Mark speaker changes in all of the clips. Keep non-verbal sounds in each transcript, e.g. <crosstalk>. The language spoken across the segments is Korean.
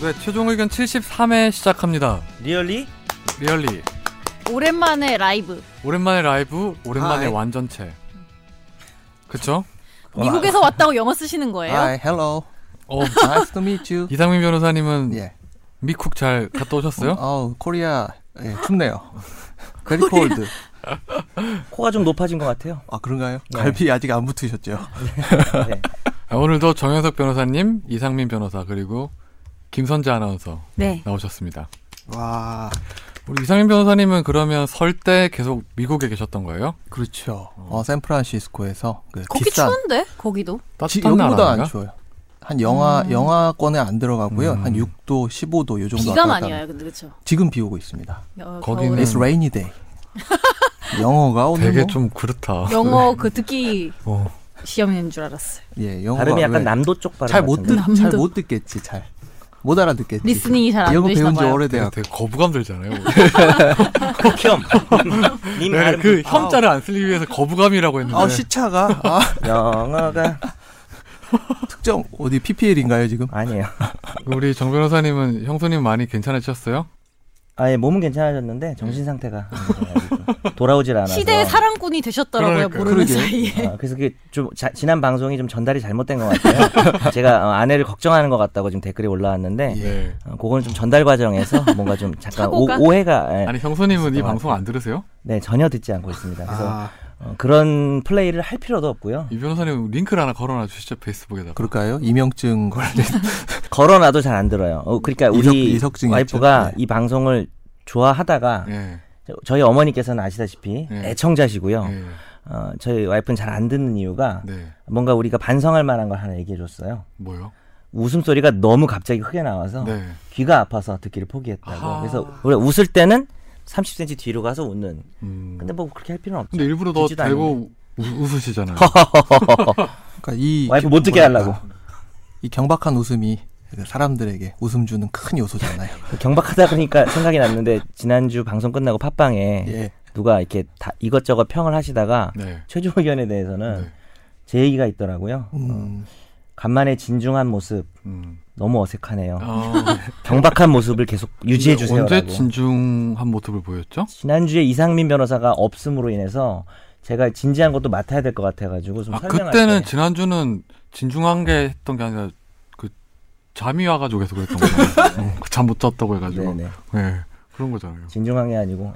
Speaker 1: 네, 최종 의견 73회 시작합니다.
Speaker 2: 리얼리?
Speaker 1: 리얼리.
Speaker 3: 오랜만에 라이브.
Speaker 1: 오랜만에 라이브, 오랜만에
Speaker 2: 하이.
Speaker 1: 완전체. 그쵸?
Speaker 3: 미국에서 왔다고 영어 쓰시는 거예요?
Speaker 2: Hi, hello.
Speaker 1: 어,
Speaker 2: 아, <laughs> Nice to
Speaker 1: <laughs>
Speaker 2: meet you.
Speaker 1: 이상민 변호사님은
Speaker 2: 예.
Speaker 1: 미국 잘 갔다 오셨어요?
Speaker 2: 어우, 코리아. 예, 춥네요. <laughs> Very cold.
Speaker 4: 코가 좀 높아진 것 같아요.
Speaker 2: 아, 그런가요?
Speaker 4: 네.
Speaker 2: 갈비 아직 안 붙으셨죠?
Speaker 4: 네.
Speaker 1: 아, 오늘도 정현석 변호사님, 이상민 변호사, 그리고 김선재 아나운서
Speaker 3: 네.
Speaker 1: 나오셨습니다.
Speaker 2: 와,
Speaker 1: 우리 이상민 변호사님은 그러면 설 때 계속 미국에 계셨던 거예요?
Speaker 2: 그렇죠. 어, 샌프란시스코에서 그
Speaker 3: 거기
Speaker 2: 비싼
Speaker 3: 추운데? 거기도?
Speaker 2: 지,
Speaker 1: 따뜻한
Speaker 2: 여기보다
Speaker 1: 나라인가?
Speaker 2: 안 추워요. 한 영하 영하권에 안 들어가고요.
Speaker 1: 음.
Speaker 2: 한 6도, 15도 요 정도
Speaker 3: 비가
Speaker 2: 왔다
Speaker 3: 많이
Speaker 2: 갔다
Speaker 3: 와요, 음. 근데 그쵸?
Speaker 2: 지금 비 오고 있습니다.
Speaker 3: 여-
Speaker 1: 거기는
Speaker 3: 겨울에.
Speaker 2: It's rainy day. 영어가 오늘
Speaker 1: 되게
Speaker 2: 뭐-
Speaker 1: 좀 그렇다.
Speaker 3: 영어 그 듣기
Speaker 1: 어.
Speaker 3: 시험인 줄 알았어요.
Speaker 2: 예, 영어가
Speaker 4: 발음이 약간
Speaker 2: 왜-
Speaker 4: 남도 쪽 발음.
Speaker 2: 잘못 듣,
Speaker 3: 남도.
Speaker 2: 잘못 듣겠지, 잘. 못 알아듣겠지.
Speaker 3: 리스닝이 잘안
Speaker 2: 이런 거 배운 지
Speaker 3: 되시나
Speaker 1: <laughs>
Speaker 3: 봐요.
Speaker 1: 되게,
Speaker 2: 오래돼요.
Speaker 1: 되게 거부감 들잖아요.
Speaker 2: <laughs>
Speaker 4: 겸. 뭐 님
Speaker 1: 네,
Speaker 4: 발음.
Speaker 1: 그 혐자를 안 쓰기 위해서 거부감이라고 했는데.
Speaker 2: 아, 시차가 <laughs> 아,
Speaker 4: 영어가
Speaker 2: 특정 어디 PPL인가요, 지금?
Speaker 4: 아니에요.
Speaker 1: 우리 정 변호사님은 형수님 많이 괜찮으셨어요?
Speaker 4: 아예 몸은 괜찮아졌는데 정신 상태가 돌아오질 않아서.
Speaker 3: 시대의 사랑꾼이 되셨더라고요,
Speaker 1: 그러니까요.
Speaker 3: 모르는
Speaker 2: 그러게요.
Speaker 3: 사이에.
Speaker 4: 어, 그래서 그게 좀 자- 지난 방송이 좀 전달이 잘못된 것 같아요. <laughs> 제가 어, 아내를 걱정하는 것 같다고 지금 댓글이 올라왔는데
Speaker 1: 네.
Speaker 4: 어, 그거는 좀 전달 과정에서 뭔가
Speaker 3: <laughs>
Speaker 4: 좀 잠깐 오,
Speaker 3: 착오가?
Speaker 4: 오해가 예.
Speaker 1: 아니 형수님은 이
Speaker 4: 아,
Speaker 1: 방송 안 들으세요?
Speaker 4: 네 전혀 듣지 않고 있습니다. 그래서
Speaker 2: 아,
Speaker 4: 어, 그런 플레이를 할 필요도 없고요.
Speaker 1: 이 변호사님 링크를 하나 걸어놔 주시죠 페이스북에다가.
Speaker 2: 그럴까요? 이명증 <laughs> 걸린
Speaker 4: 걸어놔도 잘 안 들어요. 어, 그러니까 우리
Speaker 2: 이석- 이석증이죠.
Speaker 4: 와이프가
Speaker 2: 네.
Speaker 4: 이 방송을 좋아하다가
Speaker 1: 예.
Speaker 4: 저희 어머니께서는 아시다시피
Speaker 1: 네.
Speaker 4: 애청자시고요.
Speaker 1: 예.
Speaker 4: 어, 저희 와이프는 잘 안 듣는 이유가
Speaker 1: 네.
Speaker 4: 뭔가 우리가 반성할 만한 걸 하나 얘기해 줬어요.
Speaker 1: 뭐요?
Speaker 4: 웃음소리가 너무 갑자기 크게 나와서
Speaker 1: 네.
Speaker 4: 귀가 아파서 듣기를 포기했다고.
Speaker 1: 아하.
Speaker 4: 그래서 원래 웃을 때는 30cm 뒤로 가서 웃는.
Speaker 1: 음.
Speaker 4: 근데 뭐 그렇게 할 필요는 없죠.
Speaker 1: 근데 일부러 더
Speaker 4: 듣지도 않는데.
Speaker 1: 대고 우,
Speaker 4: <laughs>
Speaker 1: 웃으시잖아요.
Speaker 2: 그러니까 이
Speaker 4: 와이프 못 듣게
Speaker 2: 뭐랄까,
Speaker 4: 하려고. <laughs>
Speaker 2: 이 경박한 웃음이 그 사람들에게 웃음 주는 큰 요소잖아요.
Speaker 4: 경박하다 그러니까 생각이 났는데 지난주 방송 끝나고 팟빵에
Speaker 2: <laughs> 예.
Speaker 4: 누가 이렇게 다 이것저것 평을 하시다가
Speaker 1: 네.
Speaker 4: 최종 의견에 대해서는
Speaker 1: 네.
Speaker 4: 제 얘기가 있더라고요.
Speaker 2: 음,
Speaker 4: 간만에 진중한 모습
Speaker 1: 음.
Speaker 4: 너무 어색하네요.
Speaker 1: 아,
Speaker 4: 경박한 모습을 계속 <laughs> 유지해 주세요.
Speaker 1: 언제 진중한 모습을 보였죠?
Speaker 4: 지난주에 이상민 변호사가 없음으로 인해서 제가 진지한 것도 맡아야 될 것 같아가지고 좀
Speaker 1: 아,
Speaker 4: 설명할
Speaker 1: 그때는
Speaker 4: 때
Speaker 1: 지난주는 진중한 게 했던 게 아니라 그 잠이 와가지고 계속 그랬던
Speaker 4: <laughs>
Speaker 1: 거예요. 잠못 잤다고 해가지고.
Speaker 4: 네네.
Speaker 1: 네. 그런 거잖아요.
Speaker 4: 진중한 게 아니고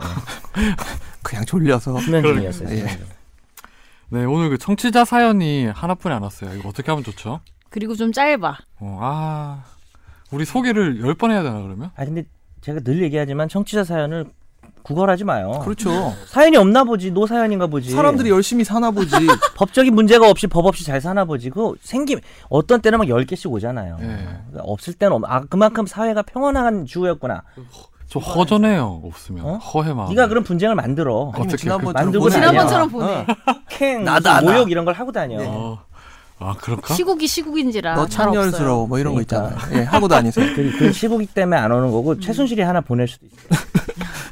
Speaker 4: 예.
Speaker 2: 그냥 졸려서
Speaker 4: 수면 중이었어요.
Speaker 2: 예.
Speaker 4: 수면 중.
Speaker 1: 네, 오늘 그 청취자 사연이 하나뿐이 안 왔어요. 이거 어떻게 하면 좋죠?
Speaker 3: 그리고 좀 짧아.
Speaker 1: 어, 아, 우리 소개를 열 번 해야 되나 그러면?
Speaker 4: 아 근데 제가 늘 얘기하지만 청취자 사연을 구걸하지 마요.
Speaker 2: <laughs> 그렇죠.
Speaker 4: 사연이 없나 보지, 노 사연인가 보지.
Speaker 2: 예. 사람들이 열심히 사나 보지.
Speaker 4: 법적인 문제가 없이 법 없이 잘 사나 보지. 그 생김 어떤 때는 막 10개씩 오잖아요.
Speaker 2: 네.
Speaker 1: 예.
Speaker 4: 그러니까 없을 때는 없, 아 그만큼 사회가 평온한 주였구나.
Speaker 1: 좀 허전해요. 없으면
Speaker 4: 어?
Speaker 1: 허해 마.
Speaker 4: 네가 그런 분쟁을 만들어.
Speaker 1: 아니, 어떻게
Speaker 2: 아, 아니면 지난번처럼
Speaker 4: 만들고
Speaker 2: 보내. 어.
Speaker 3: 지난번처럼 보내.
Speaker 4: 캥,
Speaker 2: 나다, 네.
Speaker 4: 무슨
Speaker 2: 나.
Speaker 4: 모욕 이런 걸 하고 다녀.
Speaker 1: 어, 아 그럴까?
Speaker 3: 시국이 시국인지라.
Speaker 2: 너
Speaker 3: 잘 없어요.
Speaker 2: 창렬스러워 뭐 이런 거
Speaker 4: 그러니까.
Speaker 2: 있잖아요. 예, 하고 다니세요.
Speaker 4: 그, 그 시국이 때문에 안 오는
Speaker 2: 음.
Speaker 4: 거고 최순실이 하나 보낼 수도 있어.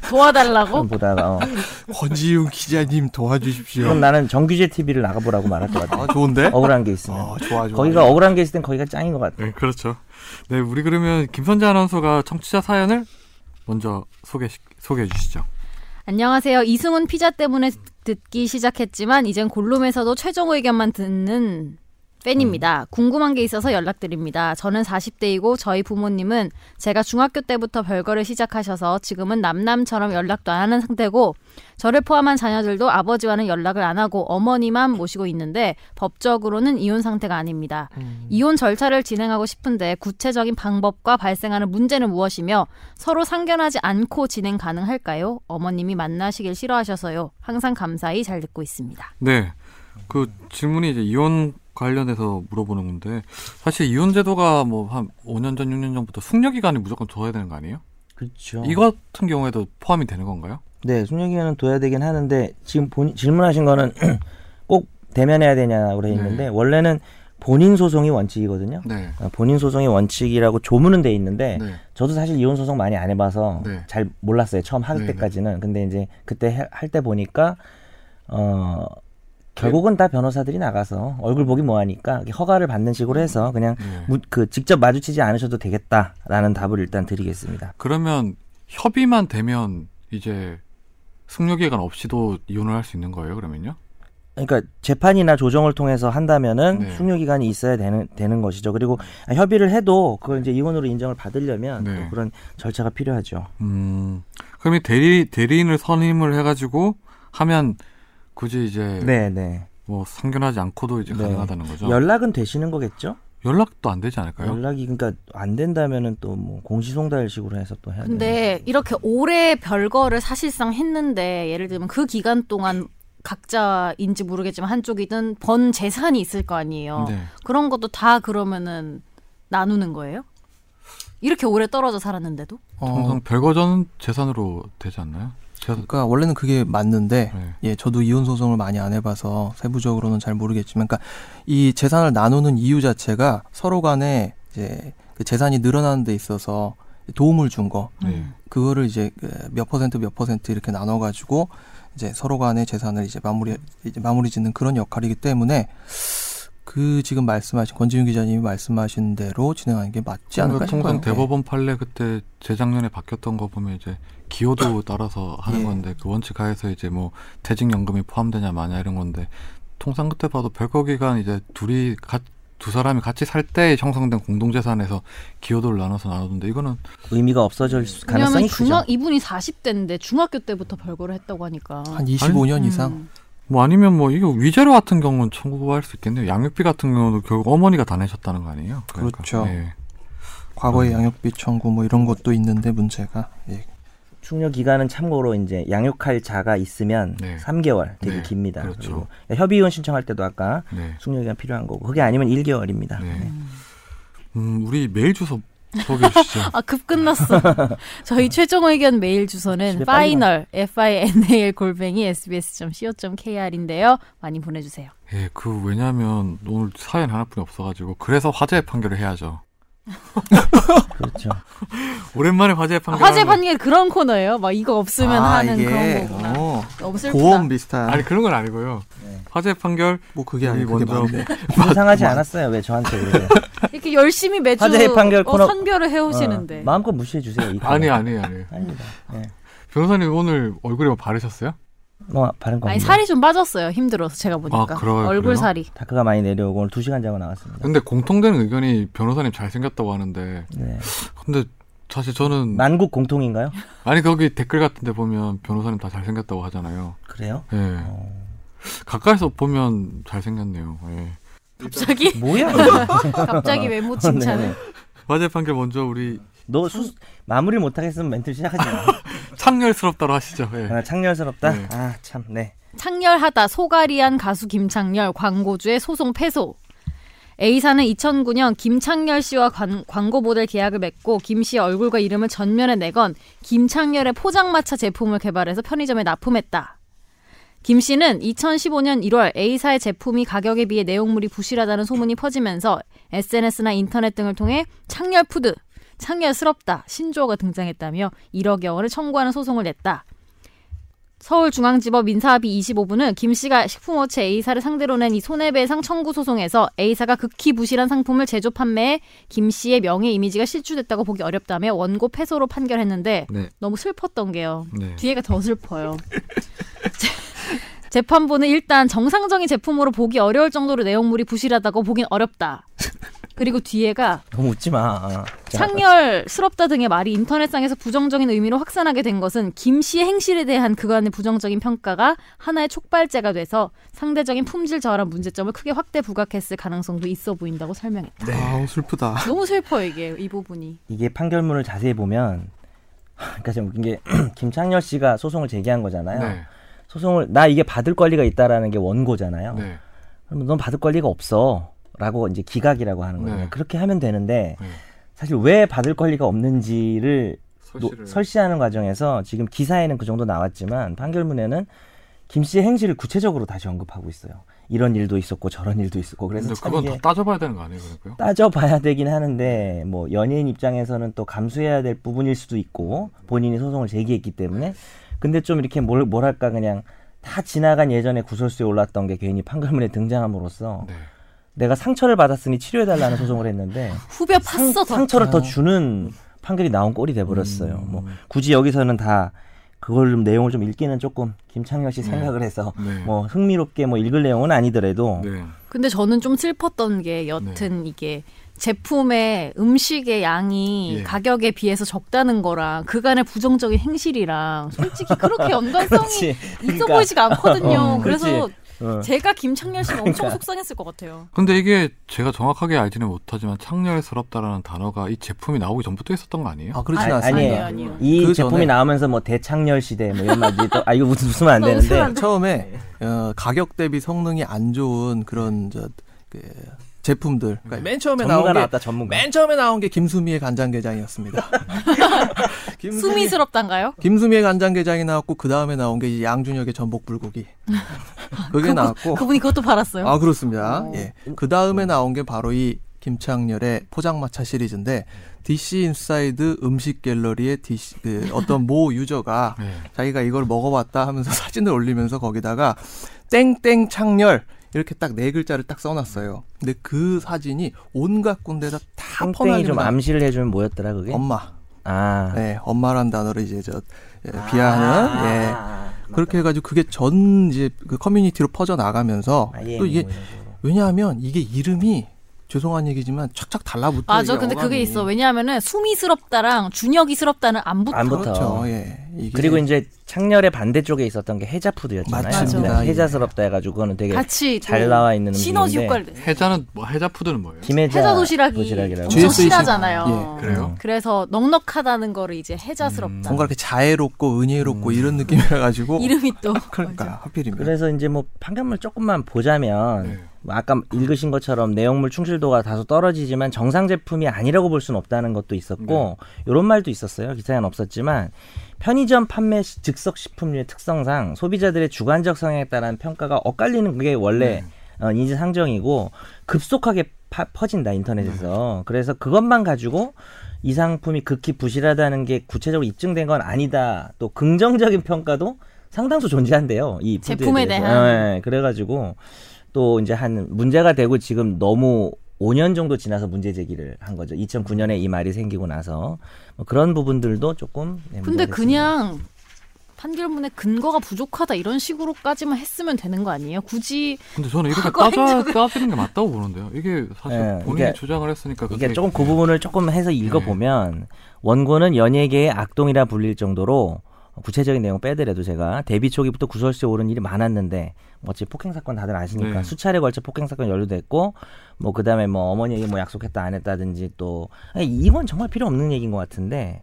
Speaker 3: 도와달라고?
Speaker 4: 보다가 어.
Speaker 2: <laughs> 권지윤 기자님 도와주십시오.
Speaker 4: 그럼 나는 정규제 TV를 나가보라고 말할 것 같아.
Speaker 2: 어. 아, 좋은데?
Speaker 4: 억울한 게 있으면.
Speaker 2: 아, 좋아 좋아.
Speaker 4: 거기가 억울한 게 있을 땐 거기가 짱인 것 같아.
Speaker 1: 네, 그렇죠. 네, 우리 그러면 김선재 아나운서가 청취자 사연을 먼저 소개 소개해 주시죠.
Speaker 3: 안녕하세요. 이승훈 피자 때문에 듣기 시작했지만 이젠 골룸에서도 최종 의견만 듣는 팬입니다. 궁금한 게 있어서 연락드립니다. 저는 40대이고 저희 부모님은 제가 중학교 때부터 별거를 시작하셔서 지금은 남남처럼 연락도 안 하는 상태고 저를 포함한 자녀들도 아버지와는 연락을 안 하고 어머니만 모시고 있는데 법적으로는 이혼 상태가 아닙니다. 이혼 절차를 진행하고 싶은데 구체적인 방법과 발생하는 문제는 무엇이며 서로 상견하지 않고 진행 가능할까요? 어머님이 만나시길 싫어하셔서요. 항상 감사히 잘 듣고 있습니다.
Speaker 1: 네, 그 질문이 이제 이혼 관련해서 물어보는 건데 사실 이혼 제도가 뭐 한 5년 전, 6년 전부터 숙려 기간이 무조건 둬야 되는 거 아니에요?
Speaker 4: 그렇죠.
Speaker 1: 이 같은 경우에도 포함이 되는 건가요?
Speaker 4: 네, 숙려기간은 둬야 되긴 하는데 지금 본, 질문하신 거는 <clears throat> 꼭 대면해야 되냐고 그래 있는데 원래는 본인 소송이 원칙이거든요.
Speaker 1: 네,
Speaker 4: 어, 본인 소송이 원칙이라고 조문은 돼 있는데
Speaker 1: 네.
Speaker 4: 저도 사실 이혼 소송 많이 안 해봐서
Speaker 1: 네.
Speaker 4: 잘 몰랐어요 처음 할
Speaker 1: 네,
Speaker 4: 때까지는 근데 이제 그때 할 때 보니까 어 결국은 다 변호사들이 나가서 얼굴 보기 뭐하니까 이렇게 허가를 받는 식으로 해서 그냥
Speaker 1: 네.
Speaker 4: 무- 그 직접 마주치지 않으셔도 되겠다라는 답을 일단 드리겠습니다.
Speaker 1: 그러면 협의만 되면 이제 승려기간 없이도 이혼을 할 수 있는 거예요? 그러면요?
Speaker 4: 그러니까 재판이나 조정을 통해서 한다면은
Speaker 1: 네.
Speaker 4: 숙려 기간이 있어야 되는 되는 것이죠. 그리고 아, 협의를 해도 그걸 이제 이혼으로 인정을 받으려면
Speaker 1: 네.
Speaker 4: 또 그런 절차가 필요하죠.
Speaker 1: 음. 그럼 이 대리 대리인을 선임을 해가지고 하면 굳이 이제
Speaker 4: 네, 네.
Speaker 1: 뭐 상견하지 않고도 이제
Speaker 4: 네.
Speaker 1: 가능하다는 거죠.
Speaker 4: 연락은 되시는 거겠죠?
Speaker 1: 연락도 안 되지 않을까요?
Speaker 4: 연락이 그러니까 안 된다면은 또 뭐 공시송달식으로 해서 또 해야 돼요.
Speaker 3: 근데 이렇게 오래 별거를 사실상 했는데 예를 들면 그 기간 동안 각자인지 모르겠지만 한쪽이든 번 재산이 있을 거 아니에요.
Speaker 1: 네.
Speaker 3: 그런 것도 다 그러면은 나누는 거예요? 이렇게 오래 떨어져 살았는데도?
Speaker 1: 통상 별거전 재산으로 되지 않나요? 재산.
Speaker 2: 그러니까 원래는 그게 맞는데
Speaker 1: 네.
Speaker 2: 예, 저도 이혼 소송을 많이 안 해봐서 세부적으로는 잘 모르겠지만, 그러니까 이 재산을 나누는 이유 자체가 서로 간에 이제 그 재산이 늘어나는 데 있어서 도움을 준 거,
Speaker 1: 네.
Speaker 2: 그거를 이제 그몇 퍼센트 몇 퍼센트 이렇게 나눠가지고 이제 서로 간의 재산을 이제 마무리 이제 마무리 짓는 그런 역할이기 때문에 그 지금 말씀하신 권지윤 기자님이 말씀하신 대로 진행하는 게 맞지
Speaker 1: 그러니까
Speaker 2: 않을까 싶어요.
Speaker 1: 통상
Speaker 2: 예.
Speaker 1: 대법원 판례 그때 재작년에 바뀌었던 거 보면 이제 기호도 따라서 하는
Speaker 2: 예.
Speaker 1: 건데 그 원칙 하에서 이제 뭐 퇴직연금이 포함되냐 마냐 이런 건데 통상 그때 봐도 별거 기간 이제 둘이 가, 두 사람이 같이 살 때 형성된 공동재산에서 기여도를 나눠서 나누던데 이거는
Speaker 4: 의미가
Speaker 1: 네.
Speaker 4: 없어질
Speaker 3: 왜냐하면
Speaker 4: 가능성이 크죠.
Speaker 3: 중학 이분이 40대인데 중학교 때부터 별거를 했다고 하니까.
Speaker 2: 예. 한 25년
Speaker 3: 음.
Speaker 2: 이상
Speaker 1: 뭐 아니면 뭐 이거 위자료 같은 경우는 청구할 수 있겠네요. 양육비 같은 경우도 결국 어머니가 다 내셨다는 거 아니에요?
Speaker 2: 그렇죠.
Speaker 1: 예.
Speaker 2: 과거의 양육비 청구 뭐 이런 것도 있는데 문제가 예.
Speaker 4: 충려 기간은 참고로 이제 양육할 자가 있으면
Speaker 1: 네.
Speaker 4: 3개월 되게
Speaker 1: 네,
Speaker 4: 깁니다.
Speaker 1: 그렇죠.
Speaker 4: 그리고 그러니까 협의 이혼 신청할 때도 아까
Speaker 1: 네.
Speaker 4: 숙려 기간 필요한 거고 그게 아니면 1개월입니다.
Speaker 1: 네. 음, 우리 메일 주소 소개해
Speaker 2: <laughs>
Speaker 1: 주시죠.
Speaker 3: 아, 급
Speaker 4: <laughs>
Speaker 3: 끝났어. 저희 최종 의견 메일 주소는
Speaker 4: 집에 빨리
Speaker 3: final, final 골뱅이 sbs.co.kr인데요. 많이 보내주세요.
Speaker 1: 예, 그 왜냐면 오늘 사연 하나뿐이 없어가지고 그래서 화재 판결을 해야죠. <laughs>
Speaker 4: 그렇죠.
Speaker 1: 오랜만에 화재
Speaker 3: 아,
Speaker 4: 네.
Speaker 1: 판결.
Speaker 3: 화재 판결 그런 코너예요. 막 이거 없으면
Speaker 2: 아,
Speaker 3: 하는
Speaker 2: 이게,
Speaker 3: 그런 거구나. 아,
Speaker 2: 어,
Speaker 3: 너무 슬프다.
Speaker 2: 보험 비슷한
Speaker 1: 아니 그런 건 아니고요.
Speaker 4: 네.
Speaker 1: 화재 판결
Speaker 2: 뭐 그게
Speaker 1: 우리
Speaker 2: 아니 그게
Speaker 1: 먼저-
Speaker 2: 맞네.
Speaker 4: 이상하지 않았어요. 왜 저한테 그러세요?
Speaker 3: 이렇게 열심히 매주
Speaker 4: 화재 판결
Speaker 3: 어,
Speaker 4: 코너-
Speaker 3: 선별을
Speaker 4: 어,
Speaker 3: 해오시는데.
Speaker 4: 마음껏 무시해 주세요. 이
Speaker 1: 아니 아니 아니.
Speaker 4: 아닙니다. 예.
Speaker 1: 변호사님 오늘 얼굴에 뭐 바르셨어요?
Speaker 4: 뭐 바른 거
Speaker 3: 아니
Speaker 4: 없네요.
Speaker 3: 살이 좀 빠졌어요. 힘들어서 제가 보니까
Speaker 1: 아, 그래요?
Speaker 3: 얼굴
Speaker 1: 그래요?
Speaker 3: 살이.
Speaker 4: 다크가 많이 내려오고 오늘 2시간 자고 나왔습니다.
Speaker 1: 근데 공통된 의견이 변호사님 잘생겼다고 하는데
Speaker 4: 네.
Speaker 1: 근데 사실 저는
Speaker 4: 만국 공통인가요?
Speaker 1: 아니 거기 댓글 같은데 보면 변호사님 다 잘생겼다고 하잖아요.
Speaker 4: 그래요?
Speaker 1: 예.
Speaker 4: 어.
Speaker 1: 가까이서 보면 잘생겼네요. 예.
Speaker 3: 갑자기 <laughs>
Speaker 4: 뭐야? 이거?
Speaker 3: 갑자기
Speaker 4: <laughs>
Speaker 3: 외모 칭찬을.
Speaker 4: 네, 네.
Speaker 1: 화재 판결 먼저 우리
Speaker 4: 너 수, 마무리 못 하겠으면 멘트 시작하지 마.
Speaker 1: <laughs> 창렬스럽다로 하시죠. 예.
Speaker 4: 아, 창렬스럽다.
Speaker 1: 네.
Speaker 4: 아, 참. 네.
Speaker 3: 창렬하다 소가리한 가수 김창렬 광고주의 소송 패소. A사는 2009년 김창렬 씨와 관, 광고 모델 계약을 맺고 김 씨의 얼굴과 이름을 전면에 내건 김창렬의 포장마차 제품을 개발해서 편의점에 납품했다. 김 씨는 2015년 1월 A사의 제품이 가격에 비해 내용물이 부실하다는 소문이 퍼지면서 SNS나 인터넷 등을 통해 창렬푸드, 창렬스럽다, 신조어가 등장했다며 1억여 원을 청구하는 소송을 냈다. 서울중앙지법 민사합의 25부는 김 씨가 식품업체 A사를 상대로 낸 이 손해배상 청구 소송에서 A사가 극히 부실한 상품을 제조 판매해 김 씨의 명예 이미지가 실추됐다고 보기 어렵다며 원고 패소로 판결했는데
Speaker 1: 네.
Speaker 3: 너무 슬펐던 게요.
Speaker 1: 네.
Speaker 3: 뒤에가 더 슬퍼요. <laughs> 재- 재판부는 일단 정상적인 제품으로 보기 어려울 정도로 내용물이 부실하다고 보긴 어렵다. 그리고 뒤에가
Speaker 4: 너무 웃지 마. 아, 자,
Speaker 3: 창렬스럽다 등의 말이 인터넷상에서 부정적인 의미로 확산하게 된 것은 김 씨의 행실에 대한 그간의 부정적인 평가가 하나의 촉발제가 돼서 상대적인 품질 저하란 문제점을 크게 확대 부각했을 가능성도 있어 보인다고 설명했다.
Speaker 2: 아우 어, 슬프다.
Speaker 3: <laughs> 너무 슬퍼 이게 이 부분이.
Speaker 4: 이게 판결문을 자세히 보면 <laughs> 그러니까 좀 웃긴 게 <clears throat> 김창렬 씨가 소송을 제기한 거잖아요.
Speaker 1: 네.
Speaker 4: 소송을 나 이게 받을 권리가 있다라는 게 원고잖아요.
Speaker 1: 네.
Speaker 4: 그러면 넌 받을 권리가 없어. 라고 이제 기각이라고 하는 거예요.
Speaker 1: 네.
Speaker 4: 그렇게 하면 되는데
Speaker 1: 네.
Speaker 4: 사실 왜 받을 권리가 없는지를 노-
Speaker 1: 설시를-
Speaker 4: 설시하는 과정에서 지금 기사에는 그 정도 나왔지만 판결문에는 김 씨의 행실을 구체적으로 다시 언급하고 있어요. 이런 일도 있었고 저런 일도 있었고 그래서
Speaker 1: 근데
Speaker 4: 참
Speaker 1: 그건
Speaker 4: 이게
Speaker 1: 다 따져봐야 되는 거 아니에요, 그러니까요?
Speaker 4: 따져봐야 되긴 하는데 뭐 연예인 입장에서는 또 감수해야 될 부분일 수도 있고 본인이 소송을 제기했기 때문에 근데 좀 이렇게 뭘, 뭐랄까 그냥 다 지나간 예전에 구설수에 올랐던 게 괜히 판결문에 등장함으로써
Speaker 1: 네.
Speaker 4: 내가 상처를 받았으니 치료해달라는 소송을 했는데
Speaker 3: 후벼 팠어 더.
Speaker 4: 상처를
Speaker 1: 아.
Speaker 4: 더 주는 판결이 나온 꼴이 돼버렸어요.
Speaker 1: 음.
Speaker 4: 뭐 굳이 여기서는 다 그걸 좀 내용을 좀 읽기는 조금 김창렬 씨 생각을 해서
Speaker 1: 네.
Speaker 4: 뭐 흥미롭게 뭐 읽을 내용은 아니더라도
Speaker 1: 네.
Speaker 3: 근데 저는 좀 슬펐던 게 여튼 이게 제품의 음식의 양이
Speaker 1: 예.
Speaker 3: 가격에 비해서 적다는 거랑 그간의 부정적인 행실이랑 솔직히
Speaker 4: <laughs>
Speaker 3: 그렇게 연관성이
Speaker 4: 그렇지.
Speaker 3: 있어
Speaker 4: 그러니까.
Speaker 3: 보이지가 않거든요.
Speaker 4: 어,
Speaker 3: 그래서
Speaker 4: 어.
Speaker 3: 제가 김창렬 씨는 엄청 속상했을 것 같아요.
Speaker 1: 근데 이게 제가 정확하게 알지는 못하지만 창렬스럽다라는 단어가 이 제품이 나오기 전부터 있었던 거 아니에요?
Speaker 2: 아 그렇진
Speaker 4: 아,
Speaker 2: 않습니다.
Speaker 4: 아니에요.
Speaker 3: 아니에요.
Speaker 4: 이
Speaker 2: 그
Speaker 4: 제품이
Speaker 2: 전에-
Speaker 4: 나오면서 뭐 대창렬 시대 뭐 이런 말들이 또, 아 이거 웃- 웃으면
Speaker 3: <laughs>
Speaker 4: 안
Speaker 3: 웃으면
Speaker 4: 되는데
Speaker 3: 안
Speaker 2: 처음에 어, 가격 대비 성능이 안 좋은 그런 저 그, 제품들. 그러니까 맨 처음에
Speaker 4: 전문가
Speaker 2: 나온 게
Speaker 4: 나왔다 전문가.
Speaker 2: 맨 처음에 나온 게 김수미의 <laughs> 간장게장이었습니다. 김수미,
Speaker 3: 수미스럽단가요?
Speaker 2: 김수미의 간장게장이 나왔고 그 다음에 나온 게 이제 양준혁의 <laughs> 전복불고기. 그게 나왔고
Speaker 3: 그분이 그것도 팔았어요.
Speaker 2: 아 그렇습니다. 예. 그
Speaker 4: 네.
Speaker 2: 다음에 나온 게 바로 이 김창렬의 포장마차 시리즈인데 DC 인사이드 음식 갤러리의 DC 그
Speaker 4: <laughs>
Speaker 2: 어떤 모 유저가
Speaker 1: 네.
Speaker 2: 자기가 이걸 먹어봤다 하면서 <laughs> 사진을 올리면서 거기다가 땡땡 창렬 이렇게 딱 네 글자를 딱 써놨어요. 근데 그 사진이 온갖 군데다 다
Speaker 4: 땡땡이
Speaker 2: 퍼날리고
Speaker 4: 좀
Speaker 2: 나-
Speaker 4: 암시를 해주면 뭐였더라 그게?
Speaker 2: 엄마.
Speaker 4: 아
Speaker 2: 네, 엄마란 단어를 이제 저 예, 비하는 예. 그렇게 해가지고 그게 전 이제 그 커뮤니티로 퍼져 나가면서
Speaker 4: 아예
Speaker 2: 또 이게
Speaker 4: 뭐 이런 식으로.
Speaker 2: 왜냐하면 이게 이름이 죄송한 얘기지만 착착 달라붙어.
Speaker 3: 맞아.
Speaker 2: 이게
Speaker 3: 근데 그게
Speaker 2: 어감이.
Speaker 3: 있어. 왜냐하면은 수미스럽다랑 준혁이스럽다는 안 붙어.
Speaker 4: 안 붙어.
Speaker 2: 그렇죠. 예. 이게
Speaker 4: 아. 그리고 이제 창렬의 반대쪽에 있었던 게 해자푸드였잖아요.
Speaker 2: 맞습니다.
Speaker 4: 그러니까
Speaker 2: 예.
Speaker 4: 해자스럽다 해가지고 그거는 되게
Speaker 3: 같이
Speaker 4: 잘
Speaker 3: 또
Speaker 4: 나와 있는 음식인데
Speaker 3: 시너지 효과를 냈어요.
Speaker 1: 해자는 뭐 해자 푸드는 뭐예요?
Speaker 4: 김해자
Speaker 3: 해자 도시락이
Speaker 4: 도시락이라고.
Speaker 3: 엄청
Speaker 2: GSC.
Speaker 3: 실하잖아요.
Speaker 1: 예, 그래요?
Speaker 3: 그래서 넉넉하다는 거를 이제 해자스럽다.
Speaker 2: 뭔가 이렇게 자애롭고 은혜롭고 이런 느낌이라 가지고
Speaker 3: <laughs> 이름이 또
Speaker 2: 그러니까 하필이면
Speaker 4: 음. 그래서 이제 뭐 판결문 조금만 보자면
Speaker 1: 네.
Speaker 4: 뭐 아까 읽으신 것처럼 내용물 충실도가 다소 떨어지지만 정상 제품이 아니라고 볼 수는 없다는 것도 있었고 이런 말도 있었어요. 기사에는 없었지만 편의점 판매 시- 즉석 식품류의 특성상 소비자들의 주관적 성향에 따른 평가가 엇갈리는 그게 원래 어, 인지상정이고 급속하게 파- 퍼진다 인터넷에서 그래서 그것만 가지고 이 상품이 극히 부실하다는 게 구체적으로 입증된 건 아니다. 또 긍정적인 평가도 상당수 존재한대요. 이 푸드에
Speaker 3: 제품에
Speaker 4: 대해서.
Speaker 3: 대한.
Speaker 4: 예, 그래가지고 또 이제 한 문제가 되고 지금 너무 5년 정도 지나서 문제 제기를 한 거죠. 2009년에 이 말이 생기고 나서 뭐 그런 부분들도 조금. 네,
Speaker 3: 근데
Speaker 4: 문제가
Speaker 3: 그냥 판결문에 근거가 부족하다 이런 식으로까지만 했으면 되는 거 아니에요? 굳이
Speaker 1: 근데 저는 이렇게
Speaker 3: 과거
Speaker 1: 따져
Speaker 3: 행적을-
Speaker 1: 따지는 게 맞다고 보는데요. 이게 사실
Speaker 4: 예,
Speaker 1: 본인이
Speaker 4: 이게-
Speaker 1: 주장을 했으니까
Speaker 4: 이게
Speaker 1: 그러니까 그게 네.
Speaker 4: 조금 그 부분을 조금 해서 읽어보면 원고는 연예계의 악동이라 불릴 정도로 구체적인 내용 빼더라도 제가 데뷔 초기부터 구설수에 오른 일이 많았는데 뭐 어찌 폭행 사건 다들 아시니까
Speaker 1: 네.
Speaker 4: 수차례 걸쳐 폭행 사건 연루됐고 뭐 그다음에 뭐 어머니에게 뭐 약속했다 안 했다든지 또 아니, 이건 정말 필요 없는 얘기인 것 같은데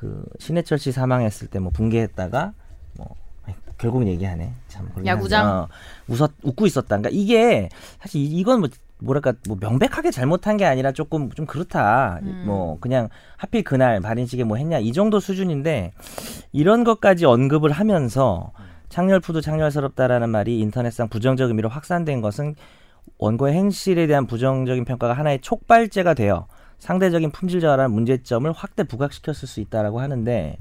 Speaker 4: 그 신해철 씨 사망했을 때 뭐 붕괴했다가 뭐 아이, 결국은 얘기하네 참 그러긴
Speaker 3: 야구장?
Speaker 4: 한데, 어, 웃었 웃고 있었다 그러니까 이게 사실 이- 이건 뭐 뭐랄까 뭐 명백하게 잘못한 게 아니라 조금 좀 그렇다 뭐 그냥 하필 그날 발인식에 뭐 했냐 이 정도 수준인데 이런 것까지 언급을 하면서 창렬푸드 창렬스럽다라는 말이 인터넷상 부정적 의미로 확산된 것은 원고의 행실에 대한 부정적인 평가가 하나의 촉발제가 되어 상대적인 품질 저하라는 문제점을 확대 부각시켰을 수 있다라고 하는데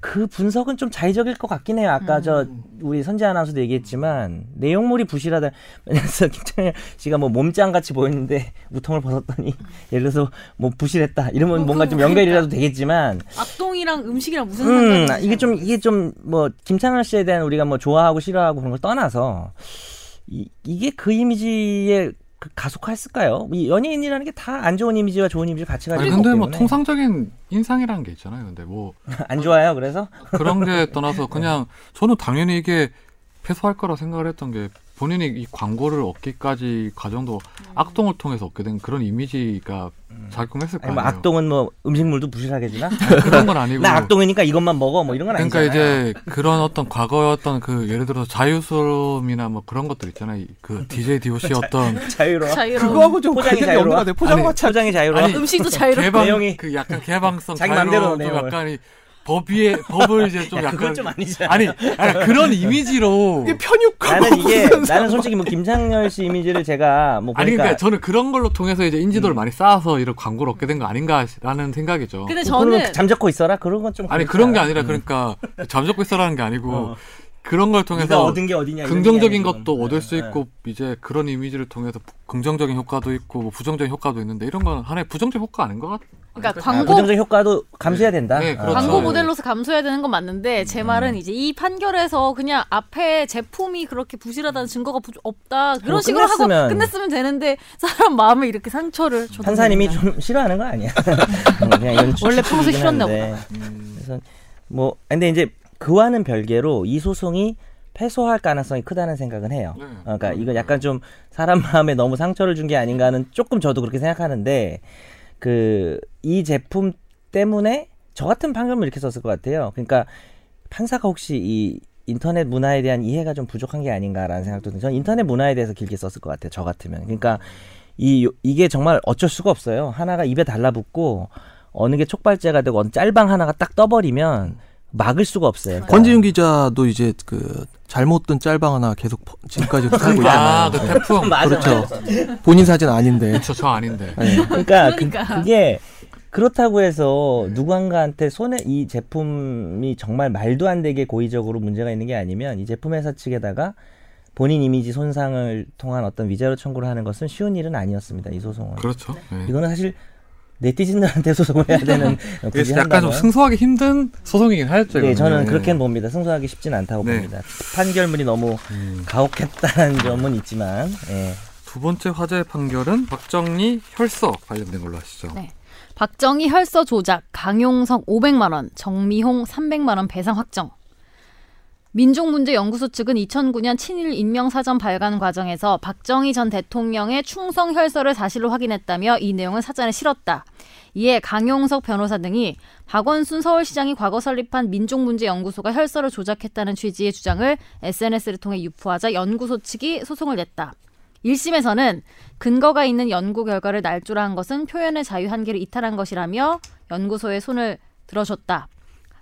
Speaker 4: 그 분석은 좀 자의적일 것 같긴 해요. 아까 저
Speaker 3: 음.
Speaker 4: 우리 선재 아나운서도 얘기했지만 내용물이 부실하다. 그래서 <laughs> 김창현 씨가 뭐 몸짱 같이 보였는데 <laughs> 우통을 벗었더니 예를 들어서 뭐 부실했다. 이러면
Speaker 3: 뭐
Speaker 4: 뭔가
Speaker 3: 그건
Speaker 4: 좀 연결이라도 되겠지만
Speaker 3: 악동이랑 음식이랑 무슨
Speaker 4: 음,
Speaker 3: 상관이
Speaker 4: 이게 좀 이게 좀 뭐 김창현 씨에 대한 우리가 뭐 좋아하고 싫어하고 그런 걸 떠나서 이, 이게 그 이미지에 그 가속화했을까요? 이 연예인이라는 게 다 안 좋은 이미지와 좋은 이미지 같이
Speaker 1: 아니,
Speaker 4: 가지고
Speaker 1: 근데 뭐
Speaker 4: 때문에.
Speaker 1: 통상적인 인상이라는 게 있잖아요. 근데 뭐
Speaker 4: 안 좋아요. 그래서
Speaker 1: 그런 게 떠나서 그냥 저는 당연히 이게 패소할 거라 생각을 했던 게 본인이 이 광고를 얻기까지 과정도 악동을 통해서 얻게 된 그런 이미지가 작용했을 거
Speaker 4: 아니
Speaker 1: 아니에요.
Speaker 4: 뭐 악동은 뭐 음식물도 부실하게
Speaker 1: <laughs>
Speaker 4: 주나?
Speaker 1: 그런 건 아니고
Speaker 4: 나 악동이니까 이것만 먹어 뭐 이런 건
Speaker 1: 그러니까
Speaker 4: 아니잖아요.
Speaker 1: 이제 그런 어떤 과거의 어떤 그 예를 들어서 자유스러움이나 뭐 그런 것들 있잖아요. 이- 그 DJ DOC 어떤
Speaker 4: <laughs> 자유로워.
Speaker 3: 자유로운
Speaker 2: 그거하고 좀
Speaker 4: 포장이
Speaker 2: 관련이 없는 것
Speaker 4: 자유로워.
Speaker 2: 같아요. 포장마차
Speaker 4: 포장이 자유로워.
Speaker 1: 아니,
Speaker 3: 음식도 자유롭고
Speaker 1: 개방
Speaker 4: 내용이-
Speaker 1: 그 약간 개방성
Speaker 4: 자기 맘대로
Speaker 1: 자유로움
Speaker 4: 내용을.
Speaker 1: 약간 이법 위에 법을 이제 좀
Speaker 4: 야,
Speaker 1: 약간
Speaker 4: 그건 좀 아니잖아.
Speaker 1: 아니 약간 그런 이미지로
Speaker 2: 이게 편육하고
Speaker 4: 뭐. 나는
Speaker 2: <laughs>
Speaker 4: 이게
Speaker 2: 무슨
Speaker 4: 나는 솔직히 뭐 김창렬 씨 이미지를 제가 뭐
Speaker 1: 아니
Speaker 4: 보니까 음.
Speaker 1: 그러니까 저는 그런 걸로 통해서 이제 인지도를 많이 쌓아서 이런 광고를 얻게 된 거 아닌가라는 생각이죠.
Speaker 3: 근데
Speaker 4: 그걸로
Speaker 3: 저는
Speaker 4: 잠자코 있어라 그런 건 좀
Speaker 1: 아니 그런 게 아니라 그러니까 잠적고 있어라는 게 아니고 그런 걸
Speaker 4: 네가
Speaker 1: 통해서
Speaker 4: 얻은 게 어디냐 이런
Speaker 1: 긍정적인
Speaker 4: 게 아니고.
Speaker 1: 것도 얻을 수
Speaker 4: 네,
Speaker 1: 있고 이제 그런 이미지를 통해서 부- 긍정적인 효과도 있고 뭐 부정적인 효과도 있는데 이런 건 하나의 부정적 효과 아닌 것 같.
Speaker 3: 그러니까
Speaker 4: 네.
Speaker 3: 광고
Speaker 4: 부정적 효과도 감수해야 된다. 아,
Speaker 1: 네, 그렇죠.
Speaker 3: 광고
Speaker 1: 네.
Speaker 3: 모델로서 감수해야 되는 건
Speaker 4: 음.
Speaker 3: 맞는데 제 말은 이제 이 판결에서 그냥 앞에 제품이 그렇게 부실하다는 증거가 부- 없다
Speaker 4: 그리고
Speaker 3: 그런 식으로
Speaker 4: 끝냈으면-
Speaker 3: 하고 끝냈으면 되는데 사람 마음에 이렇게 상처를 줘도
Speaker 4: 판사님이
Speaker 3: 되는구나.
Speaker 4: 좀 <laughs> 싫어하는
Speaker 1: <laughs>
Speaker 4: 거 아니야? 뭐 그냥 이건 추측이긴
Speaker 3: 원래 평소에 싫었나
Speaker 4: 한데.
Speaker 1: 음.
Speaker 4: 그래서 뭐 근데 이제 그와는 별개로 이 소송이 패소할 가능성이 크다는 생각은 해요.
Speaker 1: 네.
Speaker 4: 어, 그러니까 이건 약간 좀 사람 마음에 너무 상처를 준 게 아닌가는 조금 저도 그렇게 생각하는데 그 이 제품 때문에 저 같은 판결문 이렇게 썼을 것 같아요. 그러니까 판사가 혹시 이 인터넷 문화에 대한 이해가 좀 부족한 게 아닌가라는 생각도 드는. 저는 인터넷 문화에 대해서 길게 썼을 것 같아요. 저 같으면. 그러니까 이 요- 이게 정말 어쩔 수가 없어요. 하나가 입에 달라붙고 어느 게 촉발제가 되고 어느 짤방 하나가 딱 떠버리면 막을 수가 없어요. 그러니까
Speaker 2: 권지윤 기자도 이제 그 잘못 든 짤방 하나 계속 퍼- 지금까지 살고
Speaker 1: 아,
Speaker 2: 있잖아요.
Speaker 1: 그 태풍.
Speaker 4: 그렇죠. 어,
Speaker 1: 그렇죠.
Speaker 4: 맞아,
Speaker 2: 그렇죠.
Speaker 4: 맞아.
Speaker 2: 본인 사진 아닌데.
Speaker 1: 저, 저 아닌데.
Speaker 2: 예.
Speaker 4: <laughs> 그러니까, 그
Speaker 3: 그러니까.
Speaker 4: 게 그렇다고 해서 누군가한테 손에 이 제품이 정말 말도 안 되게 고의적으로 문제가 있는 게 아니면 이 제품 회사 측에다가 본인 이미지 손상을 통한 어떤 위자료 청구를 하는 것은 쉬운 일은 아니었습니다. 이 소송은.
Speaker 1: 그렇죠. 네.
Speaker 4: 이거는 사실 네티즌들한테 <laughs> 소송을 해야 되는 굳이
Speaker 1: 그래서 그렇죠. 약간 좀
Speaker 4: 한다면.
Speaker 1: 승소하기 힘든 소송이긴 하였죠.
Speaker 4: 네,
Speaker 1: 이거는.
Speaker 4: 저는
Speaker 1: 네.
Speaker 4: 그렇게는 봅니다. 승소하기 쉽진 않다고
Speaker 1: 네. 음.
Speaker 4: 봅니다. 판결문이 너무 가혹했다는 점은 있지만, 예.
Speaker 1: 두 번째 화재 판결은 박정리 혈석 관련된 걸로 하시죠.
Speaker 3: 네. 박정희 혈서 조작, 강용석 500만 원, 정미홍 300만 원 배상 확정. 민족문제연구소 측은 2009년 친일 인명사전 발간 과정에서 박정희 전 대통령의 충성 혈서를 사실로 확인했다며 이 내용은 사전에 실었다. 이에 강용석 변호사 등이 박원순 서울시장이 과거 설립한 민족문제연구소가 혈서를 조작했다는 취지의 주장을 SNS를 통해 유포하자 연구소 측이 소송을 냈다. 1심에서는 근거가 있는 연구 결과를 날조라한 것은 표현의 자유 한계를 이탈한 것이라며 연구소에 손을 들어줬다.